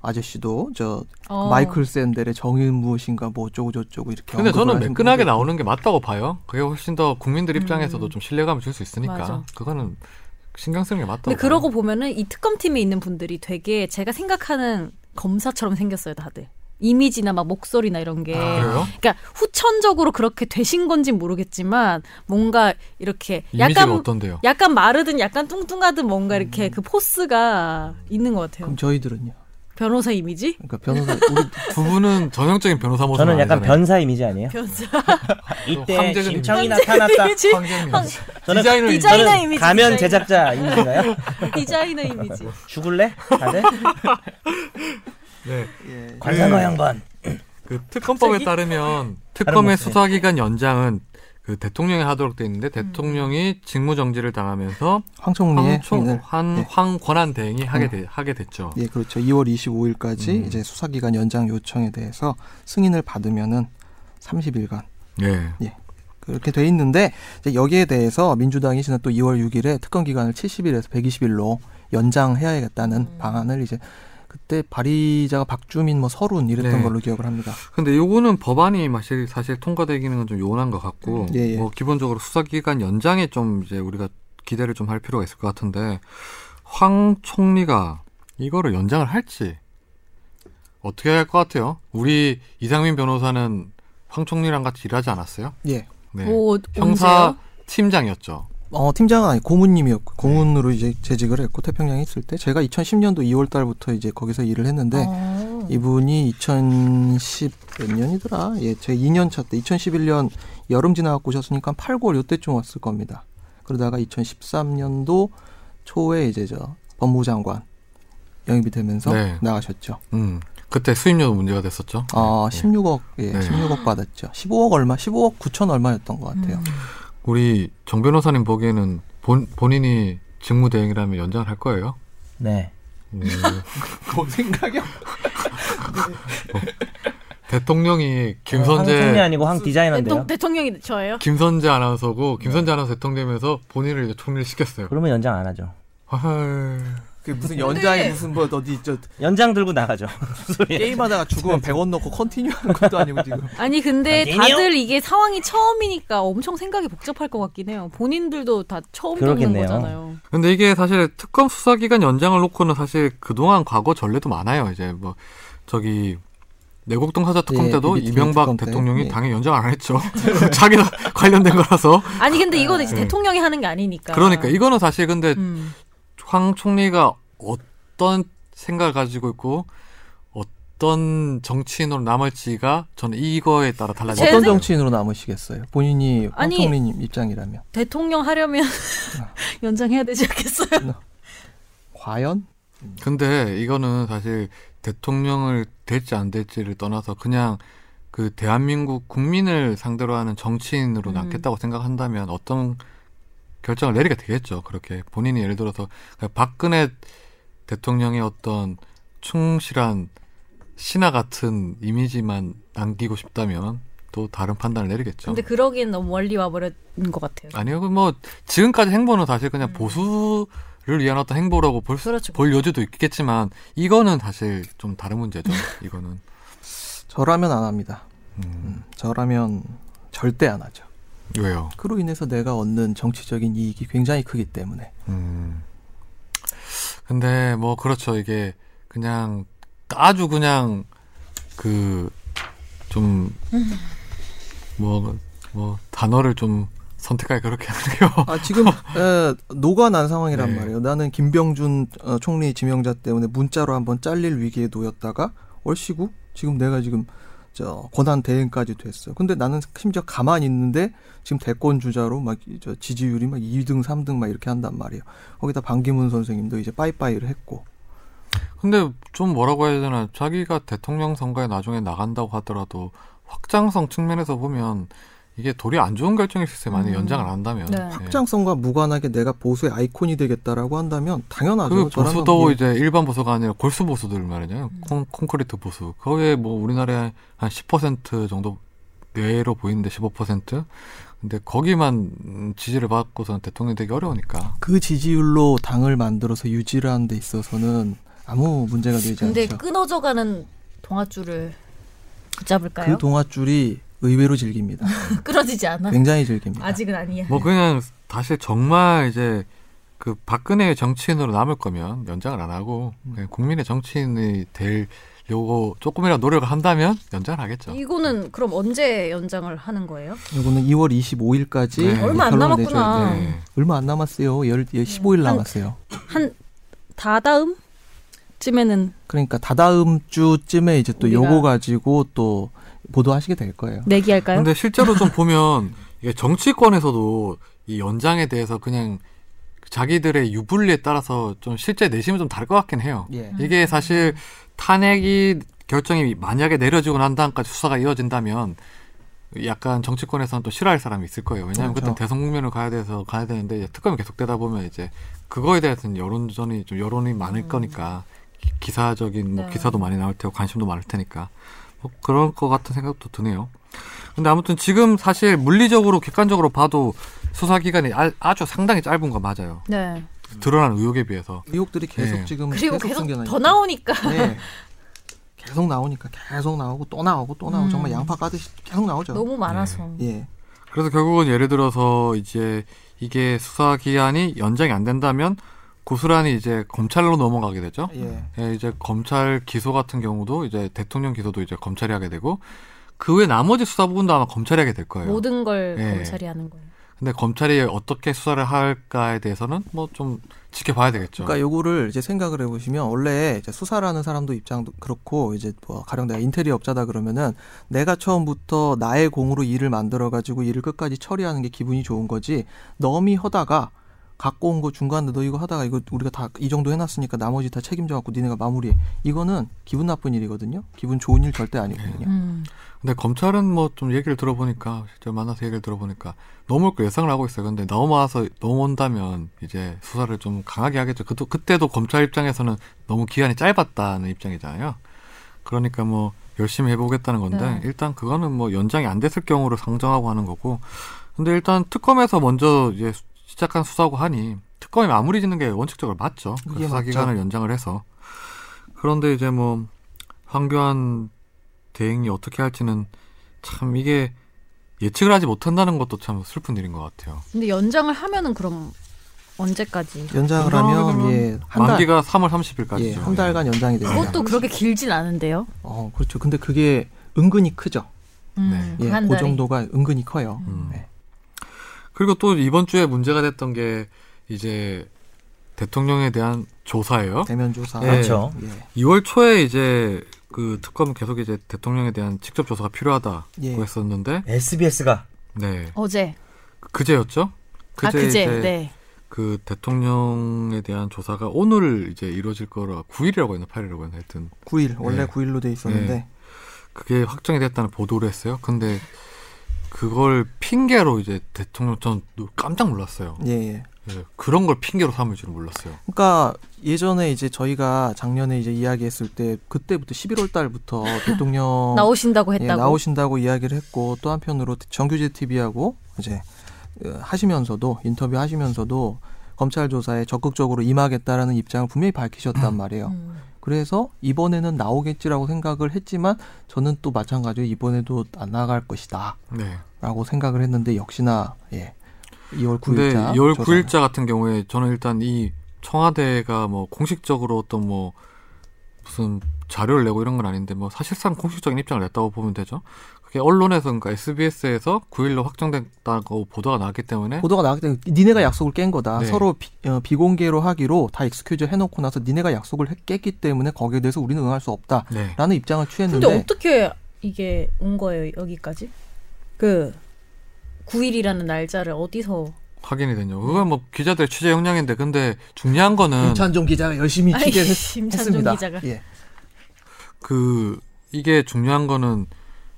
Speaker 2: 아저씨도 저
Speaker 3: 어.
Speaker 2: 마이클 샌델의 정의는 무엇인가 뭐 어쩌고 저쩌고 이렇게.
Speaker 1: 근데
Speaker 2: 언급을
Speaker 1: 저는
Speaker 2: 하신
Speaker 1: 매끈하게
Speaker 2: 분들.
Speaker 1: 나오는 게 맞다고 봐요. 그게 훨씬 더 국민들 입장에서도 좀 신뢰감을 줄 수 있으니까
Speaker 3: 음. 맞아.
Speaker 1: 그거는 신경 쓰는 게 맞다고.
Speaker 3: 근데
Speaker 1: 봐요.
Speaker 3: 그러고 보면은 이 특검 팀에 있는 분들이 되게 제가 생각하는 검사처럼 생겼어요, 다들. 이미지나 막 목소리나 이런 게.
Speaker 1: 아, 그래요?
Speaker 3: 그러니까 후천적으로 그렇게 되신 건지 모르겠지만 뭔가 이렇게
Speaker 1: 이미지가
Speaker 3: 약간
Speaker 1: 어떤데요? 음.
Speaker 3: 약간 마르든 약간 뚱뚱하든 뭔가 이렇게 그 포스가 있는 것 같아요.
Speaker 2: 그럼 저희들은요.
Speaker 3: 변호사 이미지?
Speaker 2: 그러니까 변호사
Speaker 1: <laughs>
Speaker 2: 우리
Speaker 1: 두 분은 전형적인 변호사 모습
Speaker 2: 어,
Speaker 4: 저는 약간
Speaker 1: 아니잖아요.
Speaker 4: 변사 이미지 아니에요?
Speaker 3: 변호사
Speaker 4: 이때
Speaker 1: 황제는
Speaker 4: 김청이
Speaker 1: 이미지.
Speaker 4: 나타났다.
Speaker 3: 이미지?
Speaker 1: 황-
Speaker 4: 저는
Speaker 1: 디자인을
Speaker 3: 디자인- 디자이너
Speaker 4: 저는
Speaker 3: 이미지,
Speaker 4: 가면
Speaker 3: 디자이너.
Speaker 4: 제작자 이미지인가요?
Speaker 3: <laughs> 디자이너 이미지.
Speaker 4: 죽을래?
Speaker 2: <laughs>
Speaker 4: 다들?
Speaker 1: 네.
Speaker 2: 예.
Speaker 4: 관상어 양반.
Speaker 1: 그 특검법에
Speaker 3: <laughs>
Speaker 1: 따르면 특검의
Speaker 4: 목소리.
Speaker 1: 수사 기간 연장은 그 대통령이 하도록 돼
Speaker 3: 음.
Speaker 1: 있는데 대통령이 직무 정지를 당하면서
Speaker 2: 황총리의
Speaker 1: 황총
Speaker 2: 행위를- 예.
Speaker 1: 한황 권한 대행이 하게 되, 하게 됐죠.
Speaker 2: 예, 그렇죠. 2월 25일까지
Speaker 1: 음.
Speaker 2: 이제 수사기간 연장 요청에 대해서 승인을 받으면은 30일간
Speaker 1: 예.
Speaker 2: 그렇게 돼 있는데 이제 여기에 대해서 민주당이 지난 또 2월 6일에 특검 기간을 70일에서 120일로 연장해야겠다는 방안을 이제 그때 발의자가 박주민 뭐 서른 이랬던
Speaker 1: 네.
Speaker 2: 걸로 기억을 합니다.
Speaker 1: 근데 요거는 법안이 사실 사실 통과되기는 좀 요원한 것 같고
Speaker 2: 예, 예.
Speaker 1: 뭐 기본적으로 수사 기간 연장에 좀 이제 우리가 기대를 좀 할 필요가 있을 것 같은데 황 총리가 이거를 연장을 할지 어떻게 할 것 같아요? 우리 이상민 변호사는 황 총리랑 같이 일하지 않았어요?
Speaker 2: 예.
Speaker 1: 네. 어.
Speaker 3: 오,
Speaker 1: 형사 팀장이었죠.
Speaker 2: 어, 팀장은 아니
Speaker 1: 네.
Speaker 2: 고문님이었고 공문으로 이제 재직을 했고 태평양에 있을 때 제가 2010년도 2월 달부터 이제 거기서 일을 했는데
Speaker 3: 어.
Speaker 2: 이분이 2010 몇 년이더라? 예, 제 2년 차 때 2011년 여름 지나갖고 오셨으니까 한 8, 9월 요때쯤 왔을 겁니다. 그러다가 2013년도 초에 이제 저 법무장관 영입이 되면서
Speaker 1: 네.
Speaker 2: 나가셨죠.
Speaker 1: 음. 그때 수입료도 문제가 됐었죠.
Speaker 2: 아,
Speaker 1: 네.
Speaker 2: 16억, 예,
Speaker 1: 네.
Speaker 2: 16억 받았죠. 15억 얼마, 15억 9천 얼마였던 것 같아요.
Speaker 1: 음. 우리 정 변호사님 보기에는 본, 본인이 직무대행이라면 연장을 할 거예요?
Speaker 4: 네.
Speaker 1: 음,
Speaker 2: 그 생각이
Speaker 1: 대통령이
Speaker 4: 네, 황 총리
Speaker 1: 김선재
Speaker 4: 아니고 황 디자이너인데요.
Speaker 3: 대통령, 이 저예요?
Speaker 1: 김선재 아나운서고
Speaker 2: 네.
Speaker 1: 김선재 아나운서 대통령 되면서 본인을 이제 총리를 시켰어요.
Speaker 4: 그러면 연장 안 하죠.
Speaker 1: 헐.
Speaker 2: 그 무슨 연장이 무슨 뭐 어디 저
Speaker 4: 연장 들고 나가죠.
Speaker 2: <laughs> 게임하다가 죽으면 100원 넣고 컨티뉴 하는 것도 아니고 <laughs> 지금.
Speaker 3: 아니 근데
Speaker 4: 아니요.
Speaker 3: 다들 이게 상황이 처음이니까 엄청 생각이 복잡할 것 같긴 해요. 본인들도 다 처음 겪는
Speaker 4: 그러겠네요.
Speaker 3: 거잖아요.
Speaker 1: 근데 이게 사실 특검 수사기간 연장을 놓고는 사실 그동안 과거 전례도 많아요. 이제 뭐 저기 내곡동 사자 특검
Speaker 2: 예,
Speaker 1: 때도
Speaker 2: BBT
Speaker 1: 이명박
Speaker 2: 특검 때. 네.
Speaker 1: 대통령이
Speaker 2: 예.
Speaker 1: 당연히 연장 안
Speaker 2: <laughs>
Speaker 1: 했죠. <laughs> 자기 관련된 거라서.
Speaker 3: 아니 근데 이거는 이제
Speaker 1: 네.
Speaker 3: 대통령이 하는 게 아니니까.
Speaker 1: 그러니까 이거는 사실 근데
Speaker 3: 음.
Speaker 1: 황 총리가 어떤 생각을 가지고 있고 어떤 정치인으로 남을지가 저는 이거에 따라 달라질
Speaker 3: 제
Speaker 2: 어떤
Speaker 1: 거예요.
Speaker 2: 정치인으로 남으시겠어요? 본인이 황
Speaker 3: 아니-
Speaker 2: 총리님 입장이라면.
Speaker 3: 대통령 하려면 <laughs> 연장해야 되지 않겠어요?
Speaker 2: 과연?
Speaker 1: 근데 이거는 사실 대통령을 될지 안 될지를 떠나서 그냥 그 대한민국 국민을 상대로 하는 정치인으로
Speaker 3: 음.
Speaker 1: 낳겠다고 생각한다면 어떤 결정을 내리게 되겠죠. 그렇게 본인이 예를 들어서 그냥 박근혜 대통령의 어떤 충실한 신하 같은 이미지만 남기고 싶다면 또 다른 판단을 내리겠죠.
Speaker 3: 근데 그러기엔 너무 멀리 와버린 것 같아요.
Speaker 1: 아니요, 그뭐 지금까지 행보는 사실 그냥 보수를 위한 어떤 행보라고 볼, 수,
Speaker 3: 음. 그렇죠.
Speaker 1: 볼 여지도 있겠지만 이거는 사실 좀 다른
Speaker 3: <laughs>
Speaker 1: 문제죠. 이거는
Speaker 2: 저라면 안 합니다.
Speaker 1: 음,
Speaker 2: 음, 저라면 절대 안 하죠.
Speaker 1: 왜요?
Speaker 2: 그로 인해서 내가 얻는 정치적인 이익이 굉장히 크기 때문에.
Speaker 1: 음. 근데 뭐 그렇죠. 이게 그냥 아주 그냥 그 좀
Speaker 3: 음.
Speaker 1: 뭐, 뭐 단어를 좀 선택하기 그렇게 뭐 하네요.
Speaker 2: 아,
Speaker 1: <laughs>
Speaker 2: 지금 에, 녹아난 상황이란
Speaker 1: 네.
Speaker 2: 말이에요. 나는 김병준 어, 총리 지명자 때문에 문자로 한번 잘릴 위기에 놓였다가 얼씨구 지금 내가 지금 저 권한 대행까지 됐어요. 근데 나는 심지어 가만히 있는데 지금 대권 주자로 막 저 지지율이 막 2등, 3등 막 이렇게 한단 말이에요. 거기다 반기문 선생님도 이제 빠이빠이를 했고.
Speaker 1: 근데 좀 뭐라고 해야 되나 자기가 대통령 선거에 나중에 나간다고 하더라도 확장성 측면에서 보면 이게 돌이 안 좋은 결정일 수 있어요. 만약
Speaker 3: 음.
Speaker 1: 연장을 안 한다면
Speaker 3: 네.
Speaker 1: 예.
Speaker 2: 확장성과 무관하게 내가 보수의 아이콘이 되겠다라고 한다면
Speaker 1: 그
Speaker 2: 당연하죠. 저라면
Speaker 1: 보수도
Speaker 2: 뭐
Speaker 1: 이제 일반 보수가 아니라 골수 보수들 말이죠. 콘, 콘크리트 보수. 거기에 뭐 우리나라에 한 10% 정도 내로 보이는데 15%? 근데 거기만 음, 지지를 받고서는 대통령이 되기 어려우니까.
Speaker 2: 그 지지율로 당을 만들어서 유지를 하는 데 있어서는 아무 문제가 되지
Speaker 3: 근데
Speaker 2: 않죠.
Speaker 3: 끊어져가는 동아줄을 붙잡을까요?
Speaker 2: 그 동아줄이 의외로 즐깁니다.
Speaker 3: <laughs> 끊어지지 않아.
Speaker 2: 굉장히 즐깁니다.
Speaker 3: 아직은 아니야.
Speaker 1: 뭐 그냥 다시 정말 이제 그 박근혜의 정치인으로 남을 거면 연장을 안 하고 그냥 국민의 정치인이 되려고 조금이라도 노력을 한다면 연장을 하겠죠.
Speaker 3: 이거는 그럼 언제 연장을 하는 거예요?
Speaker 2: 이거는 2월 25일까지
Speaker 1: 네.
Speaker 3: 얼마 안
Speaker 2: 결론을
Speaker 3: 남았구나. 음,
Speaker 2: 내줘야 돼요.
Speaker 1: 네.
Speaker 2: 얼마 안 남았어요. 열, 예, 15일 남았어요.
Speaker 3: 한 다다음 쯤에는
Speaker 2: 그러니까 다다음 주쯤에 이제 또
Speaker 3: 우리가-
Speaker 2: 요거 가지고 또 보도하시게 될 거예요.
Speaker 3: 내기할까요?
Speaker 1: 근데 실제로 좀 보면 이게 정치권에서도 이 연장에 대해서 그냥 자기들의 유불리에 따라서 좀 실제 내심은 좀 다를 것 같긴 해요.
Speaker 3: 음.
Speaker 2: 예.
Speaker 1: 네. 이게 사실 탄핵이 결정이 만약에 내려지고 난 다음까지 수사가 이어진다면 약간 정치권에서는 또 싫어할 사람이 있을 거예요. 왜냐하면
Speaker 2: 그렇죠.
Speaker 1: 그때 대선 국면을 가야 돼서 가야 되는데 이제 특검이 계속되다 보면 이제 그거에 대해서는 여론전이 좀 여론이 많을 거니까 기- 기사적인 뭐
Speaker 3: 네.
Speaker 1: 기사도 많이 나올 테고 관심도 많을 테니까 뭐 그런 것 같은 생각도 드네요. 근데 아무튼 지금 사실 물리적으로 객관적으로 봐도 수사 기간이 아- 아주 상당히 짧은 거 맞아요.
Speaker 3: 네.
Speaker 2: 음.
Speaker 1: 드러난 의혹에 비해서
Speaker 2: 의혹들이 계속
Speaker 1: 예.
Speaker 2: 지금
Speaker 3: 그리고
Speaker 2: 음, 계속
Speaker 3: 계속,
Speaker 2: 생겨나니까.
Speaker 3: 더 나오니까
Speaker 2: 네. 계속 나오니까 계속 나오고 또 나오고 또 나오고
Speaker 3: 음.
Speaker 2: 정말 양파 까듯이 계속 나오죠.
Speaker 3: 너무 많아서.
Speaker 2: 예.
Speaker 1: 그래서 결국은 예를 들어서 이제 이게 수사 기한이 연장이 안 된다면 고스란히 이제 검찰로 넘어가게 되죠.
Speaker 2: 예.
Speaker 1: 예, 이제 검찰 기소 같은 경우도 이제 대통령 기소도 이제 검찰이 하게 되고 그 외 나머지 수사 부분도 아마 검찰이 하게 될 거예요.
Speaker 3: 모든 걸
Speaker 1: 예.
Speaker 3: 검찰이 하는 거예요.
Speaker 1: 근데 검찰이 어떻게 수사를 할까에 대해서는 뭐 좀 지켜봐야 되겠죠.
Speaker 2: 그러니까 요거를 이제 생각을 해보시면 원래 이제 수사라는 사람도 입장도 그렇고 이제 뭐 가령 내가 인테리어 업자다 그러면은 내가 처음부터 나의 공으로 일을 만들어 가지고 일을 끝까지 처리하는 게 기분이 좋은 거지 넘이 허다가 갖고 온 거 중간에 너 이거 하다가 이거 우리가 다 이 정도 해놨으니까 나머지 다 책임져 갖고 니네가 마무리해. 이거는 기분 나쁜 일이거든요. 기분 좋은 일 절대 아니거든요.
Speaker 3: 음.
Speaker 1: 근데 검찰은 뭐 좀 얘기를 들어보니까 실제 만나서 얘기를 들어보니까 넘어올 거 예상을 하고 있어요. 근데 넘어와서 넘어온다면 이제 수사를 좀 강하게 하겠죠. 그도 그때도 검찰 입장에서는 너무 기한이 짧았다는 입장이잖아요. 그러니까 뭐 열심히 해보겠다는 건데
Speaker 3: 네.
Speaker 1: 일단 그거는 뭐 연장이 안 됐을 경우로 상정하고 하는 거고. 근데 일단 특검에서 먼저 이제 수- 시작한 수사고 하니 특검이 마무리 짓는 게 원칙적으로 맞죠. 그
Speaker 2: 이게
Speaker 1: 수사
Speaker 2: 맞죠.
Speaker 1: 기간을 연장을 해서. 그런데 이제 뭐 황교안 대행이 어떻게 할지는 참 이게 예측을 하지 못한다는 것도 참 슬픈 일인 것 같아요.
Speaker 3: 근데 연장을 하면은 그럼 언제까지?
Speaker 2: 연장을 하면
Speaker 1: 네.
Speaker 2: 예한 달,
Speaker 1: 만기가 3월 30일까지죠. 네.
Speaker 2: 예, 한 달간 연장이 됩니다.
Speaker 3: 그것도 그렇게 길진 않은데요.
Speaker 2: 어 그렇죠. 근데 그게 은근히 크죠.
Speaker 3: 음,
Speaker 2: 예,
Speaker 3: 한
Speaker 2: 그
Speaker 3: 달이.
Speaker 2: 정도가 은근히 커요.
Speaker 1: 음.
Speaker 2: 네.
Speaker 1: 예. 그리고 또 이번 주에 문제가 됐던 게 이제 대통령에 대한
Speaker 3: 어?
Speaker 1: 조사예요.
Speaker 2: 대면 조사.
Speaker 1: 예.
Speaker 4: 그렇죠.
Speaker 2: 예.
Speaker 1: 2월 초에 이제 그 특검은 계속 이제 대통령에 대한 직접 조사가 필요하다고
Speaker 2: 예.
Speaker 1: 했었는데,
Speaker 4: SBS가
Speaker 1: 네
Speaker 3: 어제.
Speaker 1: 그제였죠?
Speaker 3: 아 그제.
Speaker 1: 이제
Speaker 3: 네.
Speaker 1: 그 대통령에 대한 조사가 오늘 이제 이루어질 거라 9일이라고 했나 8일이라고 했나 하여튼
Speaker 2: 9일 원래
Speaker 4: 네.
Speaker 1: 예.
Speaker 2: 9일로 돼 있었는데
Speaker 1: 그게 확정이 됐다는 보도를 했어요. 근데 그걸 핑계로 이제 대통령 전 깜짝 놀랐어요.
Speaker 4: 네.
Speaker 2: 예, 예.
Speaker 1: 예, 그런 걸 핑계로 삼을 줄은 몰랐어요.
Speaker 2: 그러니까 예전에 이제 저희가 작년에 이제 이야기했을 때 그때부터
Speaker 4: <laughs>
Speaker 2: 11월 달부터 대통령
Speaker 3: 나오신다고
Speaker 2: 예,
Speaker 3: 했다고.
Speaker 2: 나오신다고 이야기를 했고 또 한편으로 정규제 TV하고 이제 어, 하시면서도 인터뷰 하시면서도 검찰 조사에 적극적으로 임하겠다라는 입장을
Speaker 4: <laughs>
Speaker 2: 분명히 밝히셨단 말이에요.
Speaker 3: 음.
Speaker 2: 그래서 이번에는 나오겠지라고 생각을 했지만 저는 또 마찬가지로 이번에도 안 나갈 것이다라고
Speaker 1: 네.
Speaker 2: 생각을 했는데 역시나 예. 2월
Speaker 1: 근데
Speaker 2: 9일자
Speaker 1: 2월 9일자 같은 경우에 저는 일단 이 청와대가 뭐 공식적으로 어떤 뭐 무슨 자료를 내고 이런 건 아닌데 뭐 사실상 공식적인 입장을 냈다고 보면 되죠. 그게 언론에서 그러니까 SBS에서 9일로 확정됐다고 보도가 나왔기 때문에
Speaker 2: 보도가 나왔기 때문에 니네가 약속을 깬 거다.
Speaker 1: 네.
Speaker 2: 서로 비, 공개로 하기로 다 익스큐즈 해놓고 나서 니네가 약속을 했- 깼기 때문에 거기에 대해서 우리는 응할 수 없다라는
Speaker 1: 네.
Speaker 2: 입장을
Speaker 3: 근데
Speaker 2: 취했는데
Speaker 3: 어떻게 이게 온 거예요 여기까지? 그 9일이라는 날짜를 어디서?
Speaker 1: 확인이 됐냐. 그건 뭐 기자들의 취재 역량인데 근데 중요한 거는
Speaker 2: 임찬종 기자가 열심히
Speaker 3: 아이,
Speaker 2: 취재를
Speaker 3: 임찬종
Speaker 2: 했습니다.
Speaker 3: 기자가.
Speaker 2: 음. 예.
Speaker 1: 그 이게 중요한 거는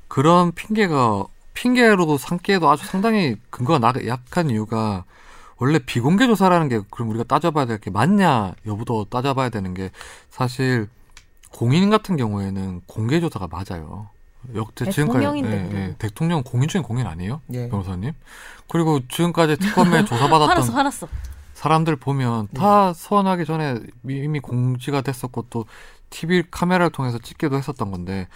Speaker 1: 그런 핑계가 핑계로도 삼기에도 아주 상당히 근거가 나- 약한 이유가 원래 비공개 조사라는 게 그럼 우리가 따져봐야 될 게 맞냐 여부도 따져봐야 되는 게 사실 공인 같은 경우에는 공개 조사가 맞아요. 역대 지금까지
Speaker 3: 네,
Speaker 1: 예,
Speaker 3: 대통령인데 그래도.
Speaker 1: 대통령 공인 중에 공인 아니에요,
Speaker 2: 예.
Speaker 1: 변호사님? 그리고 지금까지
Speaker 3: <laughs>
Speaker 1: 특검에
Speaker 3: 화났어
Speaker 1: 조사받았던
Speaker 3: 화났어.
Speaker 1: 사람들 보면 다 소환하기 전에 이미 공지가 됐었고 또 TV 카메라를 통해서 찍기도 했었던 건데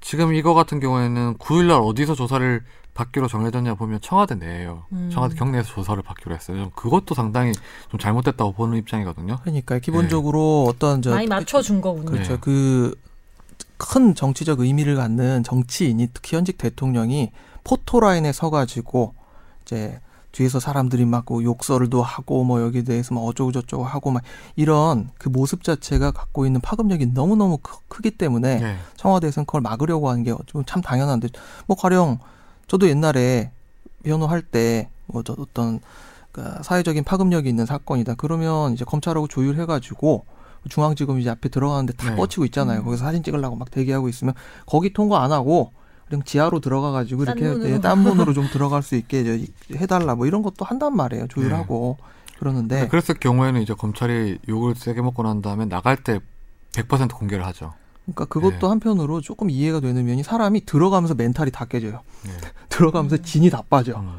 Speaker 1: 지금 이거 같은 경우에는 9일날 어디서 조사를 받기로 정해졌냐 보면 청와대 내에요.
Speaker 3: 음.
Speaker 1: 청와대 경내에서 조사를 받기로 했어요. 저는 그것도 상당히 좀 잘못됐다고 보는 입장이거든요.
Speaker 2: 그러니까 기본적으로 어떤 저
Speaker 3: 많이 맞춰준 거군요.
Speaker 2: 그렇죠.
Speaker 1: 네.
Speaker 2: 그 큰 정치적 의미를 갖는 정치인이 특히 현직 대통령이 포토라인에 서가지고 이제 뒤에서 사람들이 막고 뭐 욕설도 하고 뭐 여기 대해서 막 어쩌고 저쩌고 하고 막 이런 그 모습 자체가 갖고 있는 파급력이 너무 너무 크기 때문에
Speaker 1: 네.
Speaker 2: 청와대에서는 그걸 막으려고 하는 게 좀 참 당연한데 뭐 가령 저도 옛날에 변호할 때뭐 어떤 그 사회적인 파급력이 있는 사건이다 그러면 이제 검찰하고 조율해가지고 중앙지검 이제 앞에 들어가는데 다
Speaker 1: 네.
Speaker 2: 뻗치고 있잖아요
Speaker 3: 음.
Speaker 2: 거기서 사진 찍으려고 막 대기하고 있으면 거기 통과 안 하고 그냥 지하로 들어가가지고
Speaker 3: 딴
Speaker 2: 이렇게
Speaker 3: 문으로.
Speaker 2: 예, 딴 문으로 좀 들어갈 수 있게 이제 해달라 뭐 이런 것도 한단 말이에요 조율하고 그러는데
Speaker 1: 네. 그랬을 경우에는 이제 검찰이 욕을 세게 먹고 난 다음에 나갈 때 100% 공개를 하죠.
Speaker 2: 그러니까 그것도
Speaker 1: 네.
Speaker 2: 한편으로 조금 이해가 되는 면이 사람이 들어가면서 멘탈이 다 깨져요
Speaker 1: 네.
Speaker 2: <laughs> 들어가면서 진이 다 빠져
Speaker 1: 음.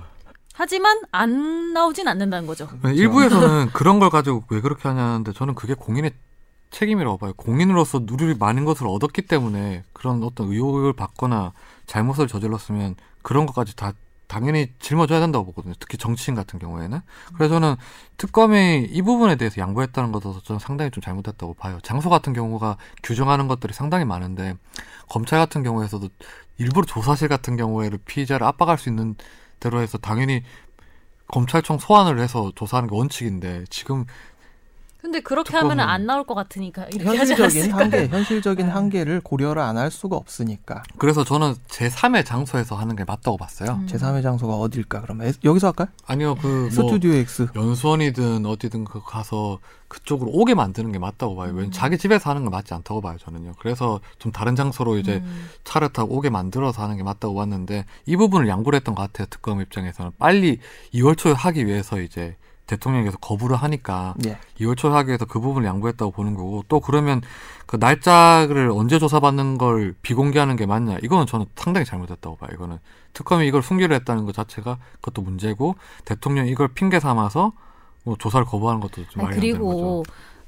Speaker 3: 하지만 안 나오진 않는다는 거죠.
Speaker 1: 네, 일부에서는 그런 걸 가지고 왜 그렇게 하냐는데 저는 그게 공인의 책임이라고 봐요. 공인으로서 누릴 많은 것을 얻었기 때문에 그런 어떤 의혹을 받거나 잘못을 저질렀으면 그런 것까지 다 당연히 짊어져야 된다고 보거든요. 특히 정치인 같은 경우에는. 그래서 저는 특검이 이 부분에 대해서 양보했다는 것도 저는 상당히 좀 잘못했다고 봐요. 장소 같은 경우가 규정하는 것들이 상당히 많은데 검찰 같은 경우에서도 일부러 조사실 같은 경우에는 피의자를 압박할 수 있는 대로 해서 당연히 검찰청 소환을 해서 조사하는 게 원칙인데 지금
Speaker 3: 근데 그렇게
Speaker 1: 두꺼운-
Speaker 3: 하면 안 나올 것 같으니까 <laughs> 이렇게 하지 네.
Speaker 2: 현실적인
Speaker 3: 않았을까?
Speaker 2: 한계, 현실적인 한계를 고려를 안 할 수가 없으니까
Speaker 1: 그래서 저는 제 3의 장소에서 하는 게 맞다고 봤어요.
Speaker 3: 음.
Speaker 2: 제3의 장소가 어딜까? 그럼 에- 여기서 할까요?
Speaker 1: 아니요, 그 뭐,
Speaker 2: 스튜디오 X.
Speaker 1: 연수원이든 어디든 그 가서 그쪽으로 오게 만드는 게 맞다고 봐요.
Speaker 2: 음.
Speaker 1: 왜냐 자기 집에서 하는 건 맞지 않다고 봐요, 저는요. 그래서 좀 다른 장소로 이제
Speaker 3: 음.
Speaker 1: 차를 타고 오게 만들어서 하는 게 맞다고 봤는데 이 부분을 양보를 했던 것 같아요. 특검 입장에서는 빨리 2월 초에 하기 위해서 이제 대통령께서 거부를 하니까
Speaker 2: 예.
Speaker 1: 2월 초에 하기 위해서 그 부분을 양보했다고 보는 거고 또 그러면 그 날짜를 언제 조사받는 걸 비공개하는 게 맞냐 이거는 저는 상당히 잘못됐다고 봐요. 이거는 특검이 이걸 숨기려 했다는 것 자체가 그것도 문제고 대통령 이걸 핑계 삼아서 뭐 조사를 거부하는 것도 좀 말이
Speaker 3: 아니,
Speaker 1: 안 되는 거죠.
Speaker 3: 그리고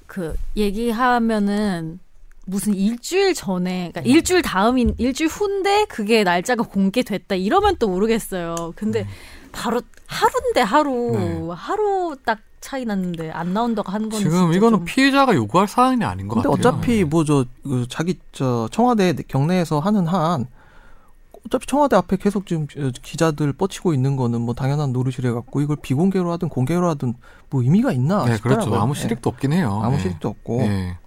Speaker 3: 그 얘기하면은 무슨 일주일 전에 그러니까 일주일 다음인 일주일 후인데 그게 날짜가 공개됐다 이러면 또 모르겠어요. 근데 바로 하루인데 하루
Speaker 1: 음. 네.
Speaker 3: 하루 딱 차이 났는데 안 나온다고 한 건
Speaker 1: 지금
Speaker 3: 진짜
Speaker 1: 이거는
Speaker 3: 좀-
Speaker 1: 피해자가 요구할 사항이 아닌 것
Speaker 2: 근데
Speaker 1: 같아요. 네.
Speaker 2: 어차피 뭐 저 자기 저 청와대 경내에서 하는 한 어차피 청와대 앞에 계속 지금 저 기자들 뻗치고 있는 거는 뭐 당연한 노릇이래 갖고 이걸 비공개로 하든 공개로 하든 뭐 의미가 있나
Speaker 1: 네,
Speaker 2: 싶더라고요.
Speaker 1: 그렇죠. 아무
Speaker 2: 예.
Speaker 1: 실익도 없긴 해요.
Speaker 2: 아무
Speaker 1: 예.
Speaker 2: 실익도 없고
Speaker 1: 예.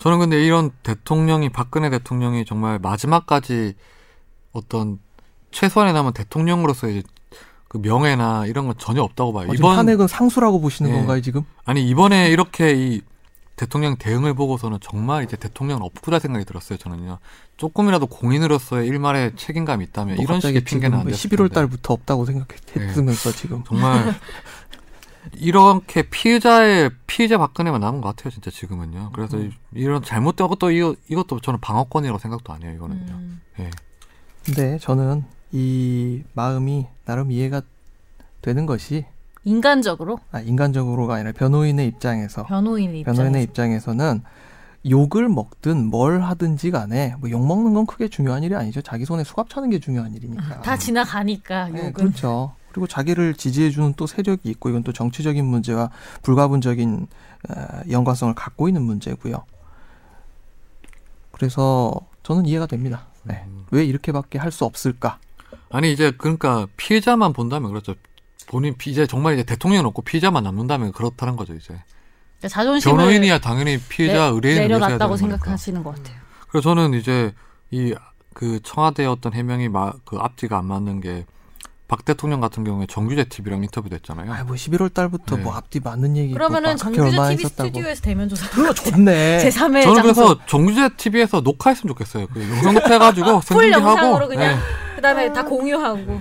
Speaker 1: 저는 근데 이런 대통령이 박근혜 대통령이 정말 마지막까지 어떤 최소한에 남은 대통령으로서 이제 그 명예나 이런 건 전혀 없다고 봐요.
Speaker 2: 어, 지금
Speaker 1: 아, 이번
Speaker 2: 탄핵은 상수라고 보시는
Speaker 1: 예.
Speaker 2: 건가요 지금?
Speaker 1: 아니 이번에 이렇게 이 대통령 대응을 보고서는 정말 이제 대통령은 없구나 생각이 들었어요. 저는요. 조금이라도 공인으로서의 일말의 책임감이 있다면
Speaker 2: 뭐
Speaker 1: 예, 이런
Speaker 2: 갑자기
Speaker 1: 식의 핑계는 안
Speaker 2: 지금
Speaker 1: 됐을
Speaker 2: 11월
Speaker 1: 텐데. 예.
Speaker 2: 달부터 없다고 생각했으면서 지금
Speaker 1: 정말 이렇게 피의자의 피의자 박근혜만 남은 것 같아요 진짜 지금은요. 그래서
Speaker 3: 음.
Speaker 1: 이- 이런 잘못된 것도 이, 이것도 저는 방어권이라고 생각도 안 해요 이거는요.
Speaker 3: 음.
Speaker 1: 예.
Speaker 2: 근데 저는 이 마음이 나름 이해가 되는 것이
Speaker 3: 인간적으로
Speaker 2: 아, 인간적으로가 아니라 변호인의
Speaker 1: 어,
Speaker 2: 입장에서
Speaker 3: 변호인의 입장에서
Speaker 2: 변호인의 입장에서는 욕을 먹든 뭘 하든지 간에 뭐 욕 먹는 건 크게 중요한 일이 아니죠. 자기 손에 수갑 차는 게 중요한 일이니까.
Speaker 3: 다 지나가니까
Speaker 2: 네,
Speaker 3: 욕은
Speaker 2: 그렇죠. 그리고 자기를 지지해주는 또 세력이 있고 이건 또 정치적인 문제와 불가분적인 어, 연관성을 갖고 있는 문제고요. 그래서 저는 이해가 됩니다. 네.
Speaker 1: 음.
Speaker 2: 왜 이렇게밖에 할 수 없을까?
Speaker 1: 아니 이제 그러니까 피해자만 본다면 그렇죠. 본인 피- 이제 정말 이제 대통령 없고 피의자만 남는다면 그렇다는 거죠 이제.
Speaker 3: 그러니까 자존심을
Speaker 1: 변호인이야 당연히 피해자 의뢰인을 위해서 해야 되는
Speaker 3: 내려놨다고
Speaker 1: 그러니까. 거니까.
Speaker 3: 생각하시는 것 같아요.
Speaker 1: 그래서 저는 이제 이 그 청와대의 어떤 해명이 마, 그 앞뒤가 안 맞는 게 박 대통령 같은 경우에 정규재 TV랑 인터뷰됐잖아요.
Speaker 2: 아, 뭐 11월 달부터
Speaker 1: 음. 네.
Speaker 2: 뭐 앞뒤 맞는 얘기
Speaker 3: 그러면은
Speaker 2: 정
Speaker 3: 정규주 TV 스튜디오에서 대면 조사 <laughs>
Speaker 2: 그거 좋네.
Speaker 3: 제 3의
Speaker 1: 저는
Speaker 3: 장소
Speaker 1: 그래서 정규재 TV에서 녹화했으면 좋겠어요. 그 영상도 해가지고
Speaker 3: <laughs> 풀
Speaker 1: 생중계하고 네.
Speaker 3: 영상으로 그냥
Speaker 1: 예.
Speaker 3: 그다음에 다 공유하고